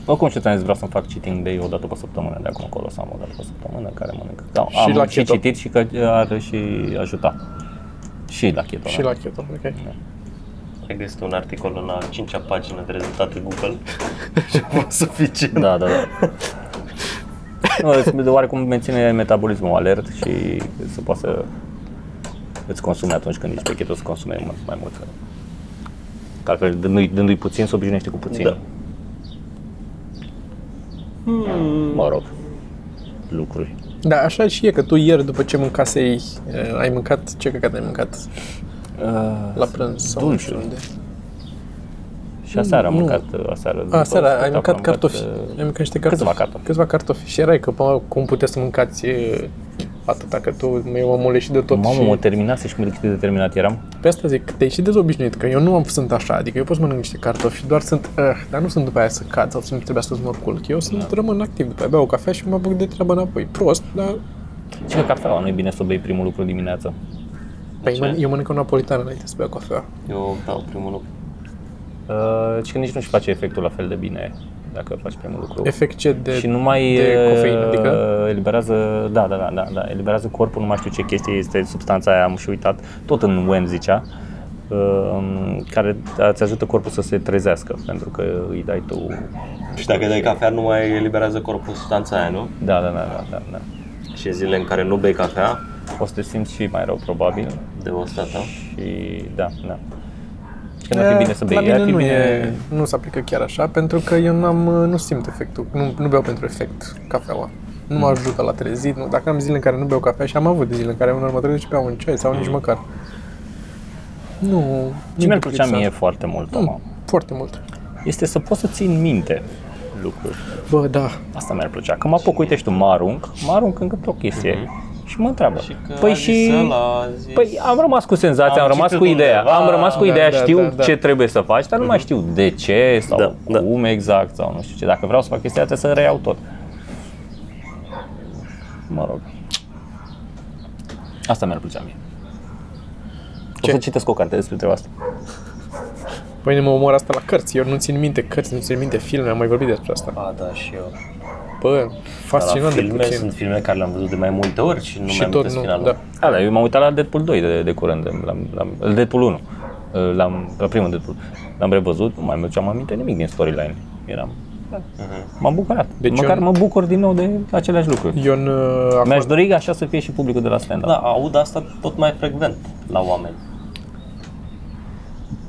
Speaker 3: Oricum ce ți-am zis, vreau să-mi fac cheating day o dată pe săptămână, de acum încolo să am o dată pe săptămână care mănânc. Da,
Speaker 4: Și
Speaker 3: am
Speaker 4: la
Speaker 3: și
Speaker 4: keto.
Speaker 3: citit și că ar și ajuta. Și la keto.
Speaker 4: Și
Speaker 3: da.
Speaker 4: la keto, ok.
Speaker 1: Ai găsit un articol în a cincea pagină de rezultate Google și a fost suficient.
Speaker 3: Da, da, da. Nu, îți- de oarecum menține metabolismul alert și să poată să îți consume atunci când ești pe keto, să consume mult mai mult. Că altfel, dându-i, dându-i puțin, se obișnuiește cu puțin.
Speaker 1: Da.
Speaker 3: Hmm. Mă rog, lucruri.
Speaker 4: Da, așa și e că tu ieri după ce mâncasei, eh, ai mâncat, ce căcat ai mâncat la prânz sau nu știu
Speaker 3: dulciuri.
Speaker 4: unde?
Speaker 3: Și aseară am
Speaker 4: Nu.
Speaker 3: mâncat, aseară. după
Speaker 4: A, Ah, seara ai
Speaker 3: spectacol,
Speaker 4: mâncat
Speaker 3: am
Speaker 4: cartofi.
Speaker 3: uh,
Speaker 4: Ai mâncat niște cartofi.
Speaker 3: câțiva cartofi.
Speaker 4: Câțiva cartofi. Și erai că, pă, cum puteți să mâncați eh, atâta, că tu eu m-am moleșit de tot
Speaker 3: uh, Mamă,
Speaker 4: și...
Speaker 3: mă terminase și mă cât de determinat eram.
Speaker 4: Pe asta zic, te-ai și dezobișnuit, că eu nu am sunt așa, adică eu pot să mănânc niște cartofi, doar sunt, uh, dar nu sunt după aia să cad sau să nu trebuia să mă culc. Eu
Speaker 3: Da.
Speaker 4: sunt, rămân activ, după aia beau o cafea și mă apuc de treabă înapoi. Prost, dar...
Speaker 3: Și că cafeaua nu e bine să o bei primul lucru dimineața.
Speaker 4: Păi
Speaker 1: ce?
Speaker 4: mân- eu mănânc un napolitan înainte să beau cafea.
Speaker 1: Eu dau primul lucru.
Speaker 3: Uh, și că nici nu-și face efectul la fel de bine dacă faci primul lucru.
Speaker 4: Efect ce de...
Speaker 3: și nu mai
Speaker 4: de
Speaker 3: uh,
Speaker 4: cofeină, adică?
Speaker 3: eliberează, da, da, da, da, da, eliberează corpul, nu mai știu ce chestie este substanța aia, am și uitat, tot în WEM zicea, uh, care îți ajută corpul să se trezească, pentru că îi dai tu...
Speaker 1: Și dacă dai cafea, nu mai eliberează corpul substanța aia, nu?
Speaker 3: Da, da, da, da, da, da.
Speaker 1: Și zile în care nu bei cafea,
Speaker 3: O să te simți și mai rău, probabil,
Speaker 1: de o stată.
Speaker 3: și da, da. Și că nu ar fi bine să bei,
Speaker 4: Eh, La mine
Speaker 3: ar fi
Speaker 4: nu,
Speaker 3: bine...
Speaker 4: e, nu se aplică chiar așa, pentru că eu n-am, eh, nu simt efectul, nu, nu beau pentru efect cafeaua. Nu
Speaker 3: Hmm.
Speaker 4: mă ajută la trezit, nu. dacă am zile în care nu beau cafea și am avut zile în care unor mă trezesc și beau un ceai sau nici măcar. Nu,
Speaker 3: Ce
Speaker 4: nu
Speaker 3: Hmm. mi-ar
Speaker 4: duc
Speaker 3: plăcea
Speaker 4: lipsa.
Speaker 3: mie foarte mult, Toma,
Speaker 4: Mm, foarte mult.
Speaker 3: este să pot să țin minte lucruri.
Speaker 4: Bă, da.
Speaker 3: Asta mi-ar plăcea. Că mă apuc, uite și tu, mă arunc, mă arunc încă pe o chestie. Și mă întreabă. păi și... Păi am rămas cu senzația, am,
Speaker 1: Am
Speaker 3: rămas cu
Speaker 1: citit
Speaker 3: ideea,
Speaker 1: undeva.
Speaker 3: am rămas cu
Speaker 4: Da,
Speaker 3: ideea,
Speaker 4: da,
Speaker 3: știu
Speaker 4: da, da.
Speaker 3: ce trebuie să faci, dar nu mai știu de ce sau
Speaker 1: Da, da.
Speaker 3: cum exact sau nu știu ce. Dacă vreau să fac chestia asta, să reiau tot. Mă rog. Asta mi-ar plăcea mie. Ce?
Speaker 4: Ce?
Speaker 3: O să citesc o carte despre treaba asta.
Speaker 4: Păi mă omor asta la cărți, eu nu țin minte cărți, nu țin minte filme, am mai vorbit despre asta.
Speaker 1: A, da, și eu.
Speaker 4: Bă,
Speaker 1: Dar la
Speaker 4: fascinant de
Speaker 1: filme
Speaker 4: puțin.
Speaker 1: sunt filme care le-am văzut de mai multe ori și nu
Speaker 4: Și
Speaker 1: mi-am
Speaker 4: tot
Speaker 1: amintesc
Speaker 4: nu,
Speaker 1: finalul.
Speaker 4: da.
Speaker 3: A, da, eu m-am uitat la Deadpool 2 de, de curând, l-am, l-am, Deadpool 1, l-am, la primul Deadpool. L-am revăzut, nu mai mi-am aminte nimic din storyline. Eram,
Speaker 1: Mhm.
Speaker 3: m-am bucurat.
Speaker 4: Deci
Speaker 3: Deci Măcar
Speaker 4: eu-
Speaker 3: mă bucur din nou de aceleași lucruri.
Speaker 4: Eu în, uh, acum,
Speaker 3: Mi-aș dori așa să fie și publicul de la stand-up.
Speaker 1: Da, aud asta tot mai frecvent la oameni.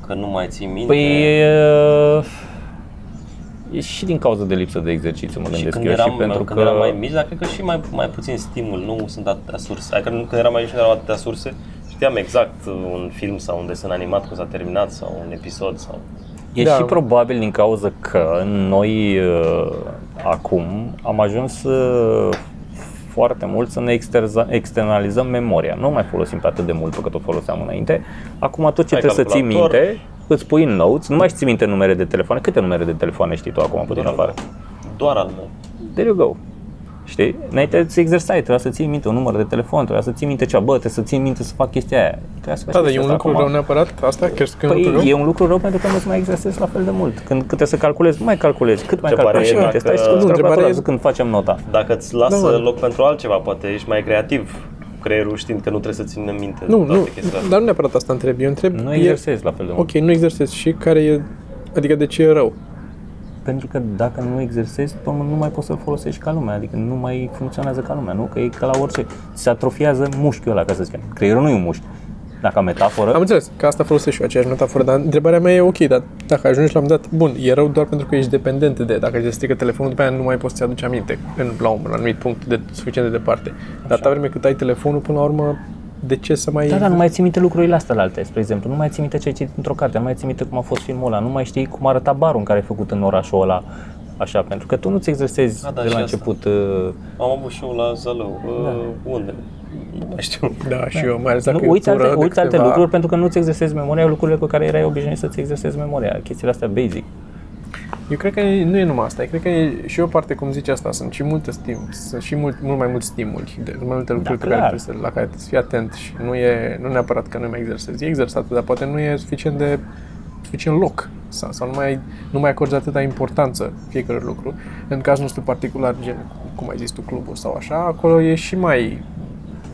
Speaker 1: Că nu mai ții minte.
Speaker 3: Păi e, e și din cauza de lipsă de exercițiu, mă
Speaker 1: și
Speaker 3: gândesc
Speaker 1: când
Speaker 3: eu,
Speaker 1: eram,
Speaker 3: și pentru
Speaker 1: când
Speaker 3: că...
Speaker 1: eram mai mici, dar cred că și mai, mai puțin stimul, nu sunt atâtea surse. Adică nu- când eram mai mici nu erau atâtea surse, știam exact uh, un film sau un desen animat când s-a terminat sau un episod sau...
Speaker 3: E
Speaker 4: Da.
Speaker 3: și probabil din cauza că noi uh, acum am ajuns uh, foarte mult să ne exterza- externalizăm memoria. Nu mai folosim pe atât de mult pe cât o foloseam înainte. Acum tot ce
Speaker 1: Ai
Speaker 3: trebuie să ții
Speaker 1: calculator.
Speaker 3: minte, îți pui în notes, nu mai ții minte numere de telefoane. Câte numere de telefoane știi tu acum pe
Speaker 4: Da,
Speaker 3: din afară?
Speaker 1: Doar al meu.
Speaker 3: There you go. Știi? Înainte îți exersai, trebuia să ții minte un număr de telefon, trebuia să ții minte ceva, bă, trebuie să ții minte să fac chestia aia. Trebuia să faci
Speaker 4: da, da,
Speaker 3: chestia
Speaker 4: e un
Speaker 3: asta
Speaker 4: lucru
Speaker 3: acum.
Speaker 4: rău neapărat, asta? Chiar că e un lucru rău?
Speaker 3: Păi e un lucru rău pentru că nu-ți mai exersezi la fel de mult. Când, când trebuie să calculezi, nu mai calculezi. Cât mai
Speaker 1: Întrebarea
Speaker 3: calculezi?
Speaker 1: e
Speaker 3: Uite,
Speaker 1: dacă-
Speaker 3: Stai să
Speaker 1: Nu,
Speaker 3: calculezi
Speaker 4: întrebarea
Speaker 3: calculatorul
Speaker 4: e-
Speaker 3: când facem nota.
Speaker 1: Dacă îți lasă
Speaker 4: Da, mă.
Speaker 1: loc pentru altceva, poate ești mai creativ, creierul știind că nu trebuie să țină minte
Speaker 4: Nu,
Speaker 1: toate
Speaker 4: nu,
Speaker 1: chestiile astea.
Speaker 4: dar nu neapărat asta întreb. Eu întreb,
Speaker 3: Nu
Speaker 4: e-
Speaker 3: exersezi la fel de mult.
Speaker 4: ok, nu exersezi și care e, adică de ce e rău?
Speaker 3: Pentru că dacă nu exersezi, pe urmă nu mai poți să-l folosești ca lumea, adică nu mai funcționează ca lumea, nu? Că e ca la orice. Se atrofiază mușchiul ăla, ca să zicem. Creierul nu e un mușchi. Dacă ca metaforă,
Speaker 4: Am înțeles că asta folosesc și eu aceeași metaforă, dar întrebarea mea e ok, dar dacă ajungi la un moment dat, bun, e rău doar pentru că ești dependent de, dacă îți strică telefonul, după aia nu mai poți să-ți aduci aminte în, la un anumit punct de suficient de departe. Dar atâta vreme cât ai telefonul, până la urmă, de ce să mai...
Speaker 3: Da, dar nu mai ții minte lucrurile astea la alte, spre exemplu. Nu mai ții minte ce ai citit într-o carte, nu mai ții minte cum a fost filmul ăla, nu mai știi cum arăta barul în care ai făcut în orașul ăla. Așa, pentru că tu nu-ți exersezi
Speaker 1: A, da,
Speaker 3: de
Speaker 1: și asta.
Speaker 3: la început. uh,
Speaker 1: Am avut și eu la Zalău. Da. Unde? Nu mai știu.
Speaker 4: da și eu, mai ales dacă
Speaker 3: Nu,
Speaker 4: e
Speaker 3: uiți
Speaker 4: tură
Speaker 3: alte,
Speaker 4: de
Speaker 3: uiți alte
Speaker 4: câteva-
Speaker 3: lucruri pentru că nu-ți exersezi memoria, lucrurile cu care erai obișnuit să-ți exersezi memoria, chestiile astea basic.
Speaker 4: Eu cred că e- nu e numai asta, eu cred că e și o parte, cum zice asta, sunt și multe stim, sunt și mult, mult mai mulți stimuli, de, mai
Speaker 1: Da,
Speaker 4: multe lucruri pe care
Speaker 3: clar.
Speaker 4: trebuie să, la care trebuie să fii atent și nu e nu neapărat că nu mai exersezi, e exersată, dar poate nu e suficient de suficient loc sau, sau nu, mai, nu mai acorzi atâta importanță fiecare lucru. În cazul nostru particular, gen, cum ai zis tu, clubul sau așa, acolo e și mai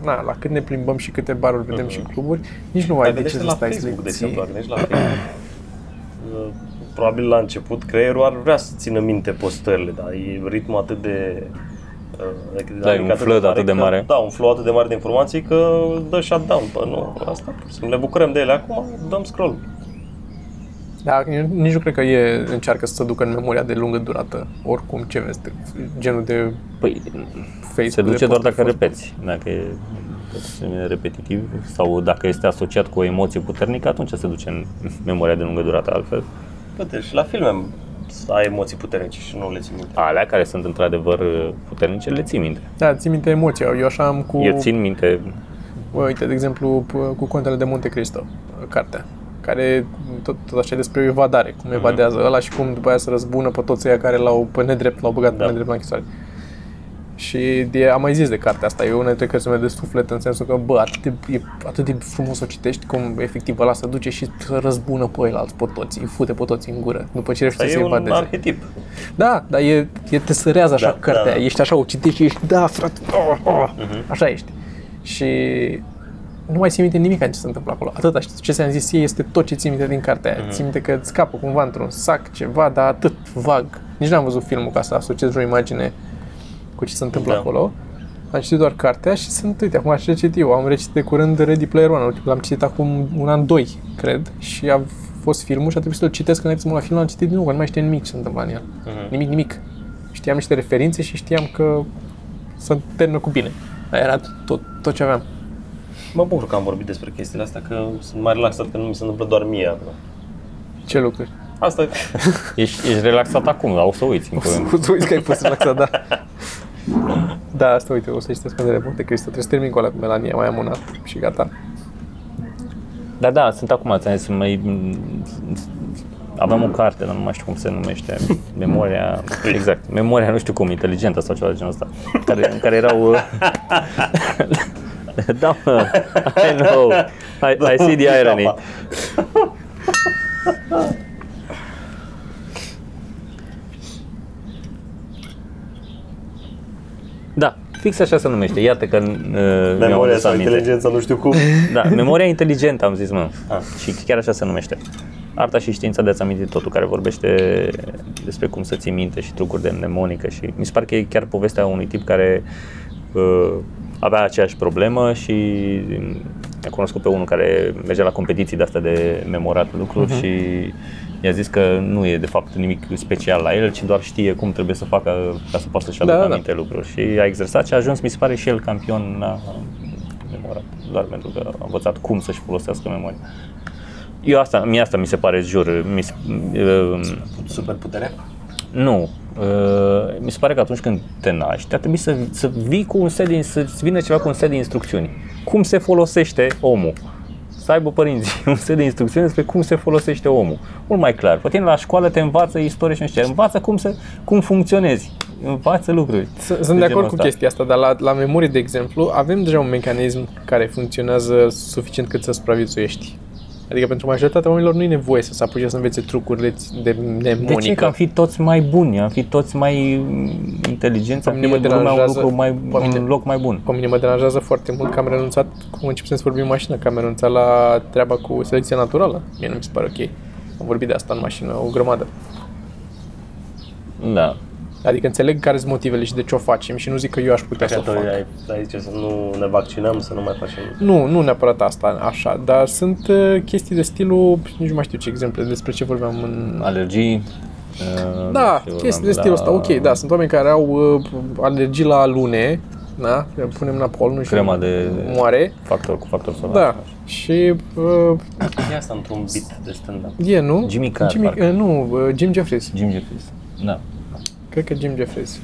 Speaker 4: Na, la cât ne plimbăm și câte baruri
Speaker 1: Da,
Speaker 4: vedem și cluburi, nici nu mai
Speaker 1: Dacă
Speaker 4: Păi, de ce
Speaker 1: gândești
Speaker 4: să
Speaker 1: la
Speaker 4: stai să
Speaker 1: Facebook, de
Speaker 4: le ții.
Speaker 1: exemplu, dacă gândești la Facebook, uh, probabil la început creierul ar vrea să țină minte postările, dar e ritmul atât de uh, adică
Speaker 3: Da, e un
Speaker 1: dinamic
Speaker 3: flood atât de
Speaker 1: că-
Speaker 3: mare.
Speaker 1: Da, un flow atât de mare de informații că dă shutdown. Pă, nu, asta, pur și simplu, ne bucurăm de ele acum, dăm scroll.
Speaker 4: Dar Da, eu nici nu cred că e, încearcă să se ducă în memoria de lungă durată, oricum ce vezi, de- genul de
Speaker 3: Păi,
Speaker 4: Facebook.
Speaker 3: se duce
Speaker 4: de
Speaker 3: doar
Speaker 4: post de
Speaker 3: dacă
Speaker 4: Facebook.
Speaker 3: repeți. Dacă e se numele repetitiv sau dacă este asociat cu o emoție puternică, atunci se duce în memoria de lungă durată altfel.
Speaker 1: Uite, și la filme ai emoții puternice și nu le ții minte.
Speaker 3: Alea care sunt într-adevăr puternice le ții minte.
Speaker 4: Da, țin minte emoția. Eu așa am cu...
Speaker 3: Eu țin minte
Speaker 4: Bă, Uite, de exemplu, p- cu Contele de Monte Cristo, cartea, care tot, tot așa e despre evadare,
Speaker 1: Mhm.
Speaker 4: cum evadează ăla și cum după aia se răzbună pe toți ăia care l-au pe nedrept, l-au băgat da.
Speaker 1: Da.
Speaker 4: pe nedrept la închisoare. Și de, am mai zis de cartea asta, e una dintre cărțile mele de suflet în sensul că, bă, atât de, e atât de frumos o citești, cum efectiv ăla se duce și să răzbună pe ei alți, pe toți, îi fute pe toți în gură, după ce
Speaker 1: Dar
Speaker 4: reușește să
Speaker 1: Păi e un
Speaker 4: evadeze.
Speaker 1: arhetip.
Speaker 4: Da, dar e, e te sărează așa da,
Speaker 1: Da,
Speaker 4: cartea,
Speaker 1: da,
Speaker 4: da,
Speaker 1: Mhm.
Speaker 4: da.
Speaker 1: da.
Speaker 4: ești așa, o citești și ești, da, frate, oh, oh, uh-huh. așa ești. Și nu mai ții minte nimic ce se întâmplă acolo. Atâta știi, ce ți-am zis ei este tot ce ții minte din cartea
Speaker 1: Mhm.
Speaker 4: aia. Uh-huh. Ții minte că îți scapă cumva într-un sac ceva, dar atât, vag. Nici n-am văzut filmul ca să asociez vreo imagine cu ce se întâmplă da.
Speaker 1: Da.
Speaker 4: acolo. Am citit doar cartea și sunt, uite, acum aș recit eu. Am recitit de curând Ready Player One, ultimul- l-am citit acum un an, doi, cred, și a fost filmul și a trebuit să-l citesc când am la film, l-am citit din nou, că nu mai știam nimic ce se întâmpla în el.
Speaker 1: Mhm.
Speaker 4: Nimic, nimic. Știam niște referințe și știam că se termină cu bine. Dar era tot, tot ce aveam.
Speaker 1: Mă bucur că am vorbit despre chestiile astea, că sunt mai relaxat, că nu mi se întâmplă doar mie acum.
Speaker 4: Ce lucruri?
Speaker 1: Asta e.
Speaker 3: Ești, ești relaxat acum, dar o să uiți în curând.
Speaker 4: O să uiți că ai pus relaxat, da. Da, asta uite, o să citesc pe de Monte Cristo. Trebuie să termin cu ăla cu Melania, mai am una și gata.
Speaker 3: Da, da, sunt acum, ți-am zis, mai... Aveam o carte, dar nu mai știu cum se numește, Memoria, exact, Memoria nu știu cum, inteligentă sau ceva de genul ăsta, care, în care erau... uh, da, mă, I know, I, I see the irony. Da, fix așa se numește, iată că uh, mi-am
Speaker 1: Memoria
Speaker 3: adus
Speaker 1: sau
Speaker 3: aminte.
Speaker 1: inteligența, nu știu cum.
Speaker 3: Da, memoria inteligentă, am zis, mă.
Speaker 1: Ah.
Speaker 3: Și chiar așa se numește. Arta și știința de a-ți aminti totul, care vorbește despre cum să ții minte și trucuri de mnemonică și mi se pare că e chiar povestea unui tip care uh, avea aceeași problemă și a cunoscut pe unul care mergea la competiții de astea de memorat lucruri uh-huh. și i-a zis că nu e de fapt nimic special la el, ci doar știe cum trebuie să facă ca să poată să-și
Speaker 4: Da,
Speaker 3: aducă
Speaker 4: da,
Speaker 3: da,
Speaker 4: da.
Speaker 3: aminte lucruri. Și a exersat și a ajuns, mi se pare, și el campion la memorat, doar pentru că a învățat cum să-și folosească memoria. Eu asta, mie asta mi se pare, jur, mi se, uh,
Speaker 1: Super putere.
Speaker 3: nu, uh, mi se pare că atunci când te naști, ar trebui să, să vii cu un set de, să-ți vină ceva cu un set de instrucțiuni. Cum se folosește omul? Să aibă părinții un set de instrucțiuni despre cum se folosește omul. Mult mai clar. Pe tine la școală te învață istorie și nu știu ce, învață cum, să, cum funcționezi, învață lucruri.
Speaker 4: Sunt de
Speaker 3: genul
Speaker 4: acord cu
Speaker 3: ăsta.
Speaker 4: chestia asta, dar la, la memorie, de exemplu, avem deja un mecanism care funcționează suficient cât să supraviețuiești. Adică pentru majoritatea oamenilor nu e nevoie să se apuce să învețe trucurile de- de
Speaker 3: De ce? Că am
Speaker 4: mnemonică.
Speaker 3: fi toți mai buni, am fi toți mai mm, inteligenți, am
Speaker 4: Pe
Speaker 3: fi
Speaker 4: mine mă
Speaker 3: lumea un,
Speaker 4: deranjează-
Speaker 3: lucru mai,
Speaker 4: pe mine-
Speaker 3: un loc mai bun.
Speaker 4: Pe mine mă deranjează foarte mult că am renunțat, cum începem să vorbim în mașină, că am renunțat la treaba cu selecția naturală. Mie nu mi se pare ok. Am vorbit de asta în mașină o grămadă.
Speaker 3: Da.
Speaker 4: Adică înțeleg care sunt motivele și de ce o facem și nu zic că eu aș putea să
Speaker 1: Așa
Speaker 4: o fac.
Speaker 1: ai, ai zice să nu ne vaccinăm, să nu mai facem.
Speaker 4: Nu, nu neapărat asta, așa, dar sunt uh, chestii de stilul, nici nu mai știu ce exemple, despre ce vorbeam în...
Speaker 3: Alergii. uh,
Speaker 4: Da, chestii de stilul ăsta, ok, da, sunt oameni care au uh, alergii la lune, da, punem la pol, nu știu,
Speaker 3: Crema de
Speaker 4: moare,
Speaker 3: factor cu factor solar.
Speaker 4: da, și uh,
Speaker 1: E asta într-un beat de stand-up.
Speaker 4: e, nu?
Speaker 3: Jimmy Carr,
Speaker 4: Jimmy,
Speaker 3: parcă.
Speaker 4: uh, nu, uh, Jim Jeffries,
Speaker 3: Jim Jeffries. Da.
Speaker 4: cred că Jim Jeffries.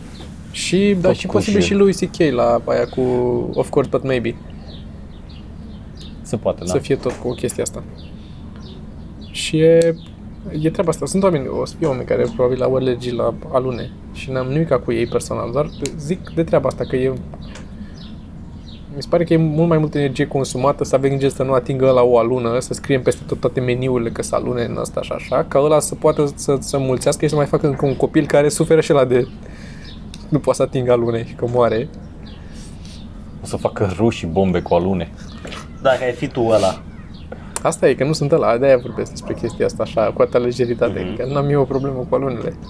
Speaker 4: Și, da,
Speaker 3: Tot
Speaker 4: și
Speaker 3: cu
Speaker 4: posibil
Speaker 3: Jim.
Speaker 4: și lui C.K. la aia cu Of Course But Maybe.
Speaker 3: Se poate, da.
Speaker 4: să fie tot cu chestia asta. Și e, e treaba asta. Sunt oameni, o să fie oameni care probabil au alergii la alune și n-am nimic cu ei personal, doar zic de treaba asta că e mi se pare că e mult mai multă energie consumată să avem grijă să nu atingă la o alună, să scriem peste tot toate meniurile că să alune în asta și așa, ca ăla să poată să, să mulțească și să mai facă încă un copil care suferă și la de nu poate să atingă alune și că moare.
Speaker 3: O să facă ruși bombe cu alune.
Speaker 1: Dacă ai fi tu ăla.
Speaker 4: Asta e, că nu sunt ăla, de-aia vorbesc despre chestia asta așa, cu atâta lejeritate,
Speaker 3: Mhm.
Speaker 4: mm-hmm. că n-am eu o problemă cu alunele.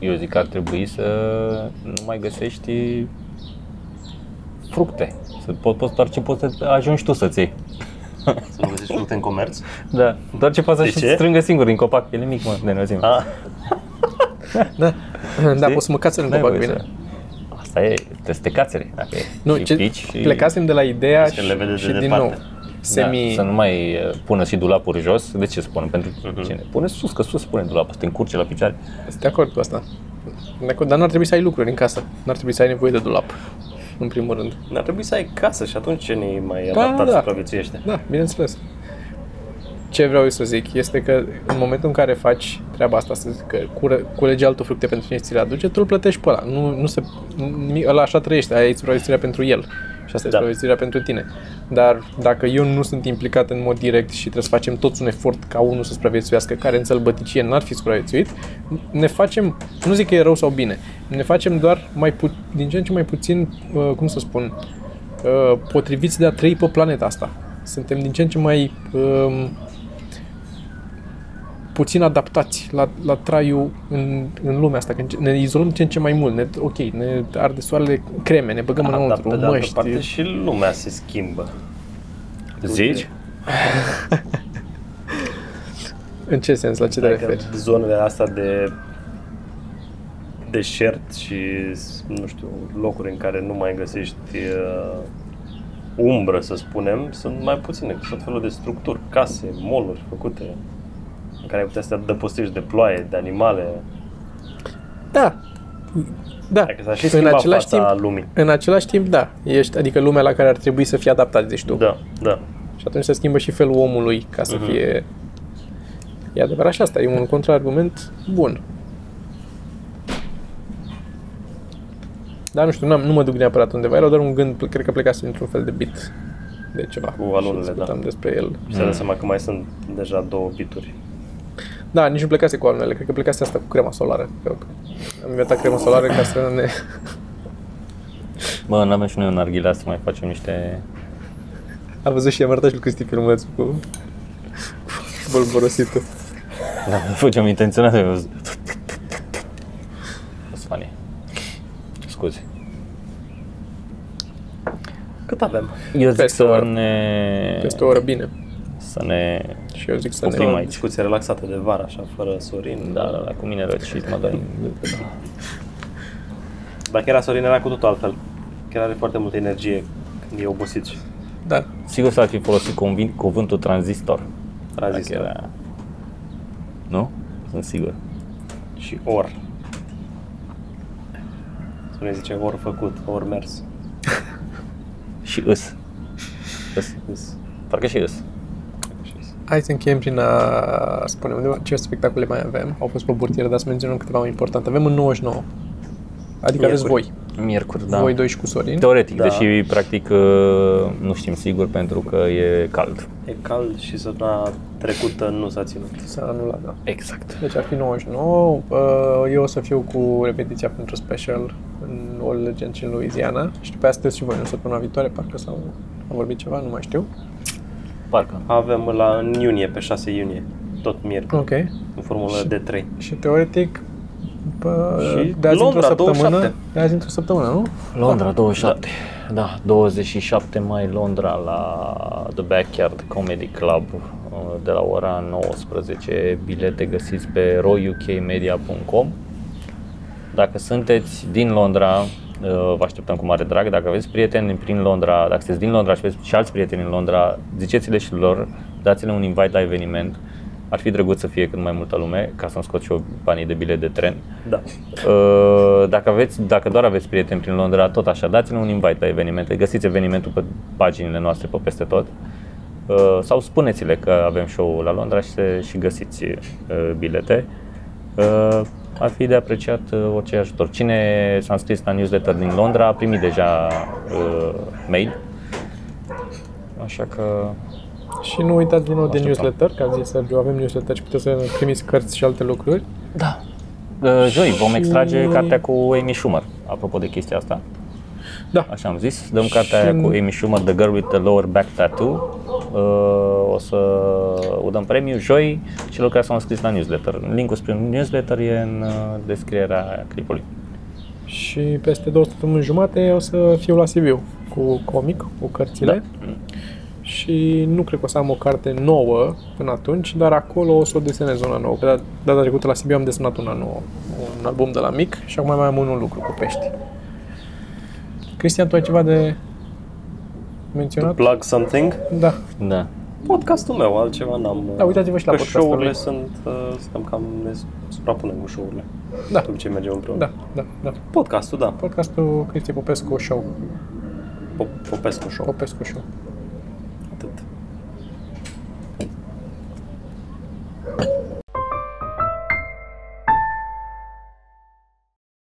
Speaker 3: Eu zic că ar trebui să nu mai găsești fructe. Să poți, poți, doar ce poți să ajungi tu să-ți iei.
Speaker 1: Să nu găsești fructe în comerț.
Speaker 3: Da, doar ce poate
Speaker 1: De
Speaker 3: să
Speaker 1: ce?
Speaker 3: strângă singur din copac, el e mic, mă, de înălțime.
Speaker 1: Ah,
Speaker 4: Da, da poți să măcați în
Speaker 3: N-ai
Speaker 4: copac
Speaker 3: voie
Speaker 4: bine.
Speaker 3: să- Asta e, trebuie să te cațere, dacă e.
Speaker 4: Nu,
Speaker 3: și
Speaker 4: ce,
Speaker 3: pici și...
Speaker 4: plecasem de la ideea
Speaker 1: Să le vede
Speaker 4: și,
Speaker 1: de
Speaker 4: și din
Speaker 1: departe.
Speaker 4: nou. Semi...
Speaker 3: Da, să nu mai uh, pună și dulapuri jos. De ce spune? Pentru
Speaker 4: Mhm.
Speaker 3: uh-huh. cine? Pune sus, că sus pune dulapul, să te încurce la picioare.
Speaker 4: Sunt de acord cu asta. De acord, dar n-ar trebui să ai lucruri în casă. N-ar trebui să ai nevoie de dulap, în primul rând.
Speaker 1: N-ar trebui să ai casă și atunci ce ne mai
Speaker 4: Da,
Speaker 1: adaptat
Speaker 4: da.
Speaker 1: supraviețuiește?
Speaker 4: Da, bineînțeles. Ce vreau eu să zic este că în momentul în care faci treaba asta, să zic că cură, culegi altul fructe pentru cine ți le aduce, tu îl plătești pe ăla. Nu, nu se, nimic, ăla așa trăiește, aia e supraviețuirea pentru el și asta da.
Speaker 1: Da.
Speaker 4: e supraviețuirea pentru tine. Dar dacă eu nu sunt implicat în mod direct și trebuie să facem toți un efort ca unul să supraviețuiască, care în sălbăticie n-ar fi supraviețuit, ne facem, nu zic că e rău sau bine, ne facem doar mai pu- din ce în ce mai puțin, uh, cum să spun, uh, potriviți de a trăi pe planeta asta. Suntem din ce în ce mai um, puțin adaptați la, la traiul în, în lumea asta, că ne izolăm din ce în ce mai mult. Ne, ok, ne arde soarele creme, ne băgăm
Speaker 1: Ah, dar pe
Speaker 4: înăuntru,
Speaker 1: de altă
Speaker 4: măști.
Speaker 1: parte și lumea se schimbă.
Speaker 3: Zici?
Speaker 4: În ce sens? La ce te
Speaker 1: Adică
Speaker 4: referi?
Speaker 1: zonele astea de deșert și, nu știu, locuri în care nu mai găsești uh, umbră, să spunem, sunt mai puține. Sunt felul de structuri, case, moluri făcute, în care ai putea să te adăpostești de ploaie, de animale.
Speaker 4: Da. Da.
Speaker 1: Adică s-a și schimbat fața lumii.
Speaker 4: În același timp, da. Ești, adică lumea la care ar trebui să fie adaptat, deci tu.
Speaker 1: Da, da.
Speaker 4: Și atunci se schimbă și felul omului ca
Speaker 1: Mhm.
Speaker 4: să fie... E adevărat și asta, e un contraargument bun. Dar nu știu, n-am, nu mă duc neapărat undeva, era doar un gând, cred că plecase într-un fel de bit de ceva.
Speaker 1: Cu alunele,
Speaker 4: Și discutam
Speaker 1: da.
Speaker 4: despre el.
Speaker 1: Și să dăm seama că mai sunt deja două bituri.
Speaker 4: Da, nici nu plecase cu alunele, cred că plecase asta cu crema solară. Că am inventat crema solară ca să ne...
Speaker 3: Bă, n-avem și noi un arghilea să mai facem niște...
Speaker 4: A văzut și emartajul Cristi filmuleț cu... cu bolborositul.
Speaker 3: Da, făceam intenționat. eu z- That's funny. Scuze.
Speaker 1: Cât avem?
Speaker 3: Eu zic
Speaker 4: Peste
Speaker 3: să
Speaker 4: o oră.
Speaker 3: ne...
Speaker 4: Peste o oră bine.
Speaker 3: Să ne...
Speaker 4: Și eu zic să
Speaker 3: Oprim
Speaker 4: ne...
Speaker 1: O
Speaker 3: aici.
Speaker 1: discuție relaxată de vară, așa, fără Sorin.
Speaker 3: Da, da, da, cu mine răci și mă dai...
Speaker 1: Dacă era Sorin, era cu totul altfel. Că are foarte multă energie când e obosit și
Speaker 4: Da.
Speaker 3: Sigur s-ar fi folosit convin- cuvântul tranzistor.
Speaker 1: a
Speaker 3: Dacă
Speaker 1: zis era.
Speaker 3: era... Nu? Sunt sigur.
Speaker 1: Și or. Sorin zice or făcut, or mers.
Speaker 3: Și îs. Îs.
Speaker 1: Zis.
Speaker 3: Parcă și îs.
Speaker 4: Hai să încheiem prin a spune undeva ce spectacole mai avem. Au fost pe burtiere, dar să menționăm câteva mai importante. Avem în 99. Adică aveți voi.
Speaker 3: Miercuri,
Speaker 4: Da.
Speaker 3: da.
Speaker 4: Voi doi și cu Sorin.
Speaker 3: Teoretic,
Speaker 1: Da.
Speaker 3: da. deși practic uh, nu știm sigur pentru că e cald.
Speaker 1: E cald și săptămâna trecută nu s-a ținut.
Speaker 4: S-a anulat, da.
Speaker 3: Exact.
Speaker 4: Deci ar fi 99. Uh, Eu o să fiu cu repetiția pentru special în All Legends în Louisiana. Și după aia sunteți și voi în săptămâna viitoare, parcă sau am vorbit ceva, nu mai știu.
Speaker 3: Parcă.
Speaker 1: Avem la în iunie, pe 6 iunie, tot miercuri,
Speaker 4: Ok.
Speaker 1: în formulă de 3.
Speaker 4: Mm. Și teoretic, bă,
Speaker 1: Și
Speaker 4: de azi într-o
Speaker 1: Londra,
Speaker 4: săptămână,
Speaker 1: 27.
Speaker 4: de azi într-o săptămână, nu?
Speaker 3: Londra 27. Da. da, 27 mai Londra la The Backyard Comedy Club uh, de la ora 19. Bilete găsiți pe roukmedia.com. Dacă sunteți din Londra, uh, vă așteptăm cu mare drag. Dacă aveți prieteni prin Londra, dacă sunteți din Londra și aveți și alți prieteni în Londra, ziceți-le și lor, dați-le un invite la eveniment. Ar fi drăguț să fie cât mai multă lume, ca să-mi scot și eu banii de bilet de tren.
Speaker 1: Da.
Speaker 3: Uh, dacă, aveți, dacă doar aveți prieteni prin Londra, tot așa, dați-ne un invite la evenimente, găsiți evenimentul pe paginile noastre pe peste tot Uh, sau spuneți-le că avem show la Londra și, se- și găsiți uh, bilete. Uh, Ar fi de apreciat uh, orice ajutor. Cine s-a înscris la newsletter din Londra a primit deja uh, mail, așa că
Speaker 4: Și nu uitați din nou de
Speaker 3: Așteptăm.
Speaker 4: newsletter, că a zis Sergiu, avem newsletter și puteți să primiți cărți și alte lucruri.
Speaker 3: da. Uh, Joi vom
Speaker 4: Și-
Speaker 3: extrage cartea cu Amy Schumer, apropo de chestia asta.
Speaker 4: Da.
Speaker 3: Așa am zis, dăm cartea aia
Speaker 4: Și-
Speaker 3: cu Amy Schumer, The Girl with the Lower Back Tattoo. Uh, o să o dăm premiu joi celor care s-au înscris la newsletter. Linkul spre newsletter e în uh, descrierea clipului.
Speaker 4: Și peste două săptămâni jumate o să fiu la Sibiu cu comic, cu cărțile. și nu cred că o să am o carte nouă până atunci, dar acolo o să o desenez una nouă. Pe dat- data trecută la Sibiu am desenat una nouă, un album de la mic și acum mai am unul lucru cu pești. Cristian, tu ai ceva de menționat?
Speaker 1: Plug something?
Speaker 4: Da.
Speaker 3: Da.
Speaker 1: Podcastul meu, altceva n-am.
Speaker 4: Da, uitați-vă și la
Speaker 1: că
Speaker 4: podcastul
Speaker 1: show-urile
Speaker 4: lui.
Speaker 1: sunt, uh, suntem cam, ne suprapunem cu show-urile.
Speaker 4: Da.
Speaker 1: De obicei mergem împreună.
Speaker 4: Da, da, da.
Speaker 1: Podcastul, da.
Speaker 4: Podcastul Cristi Popescu Show.
Speaker 1: Pop- Popescu Show.
Speaker 4: Popescu Show.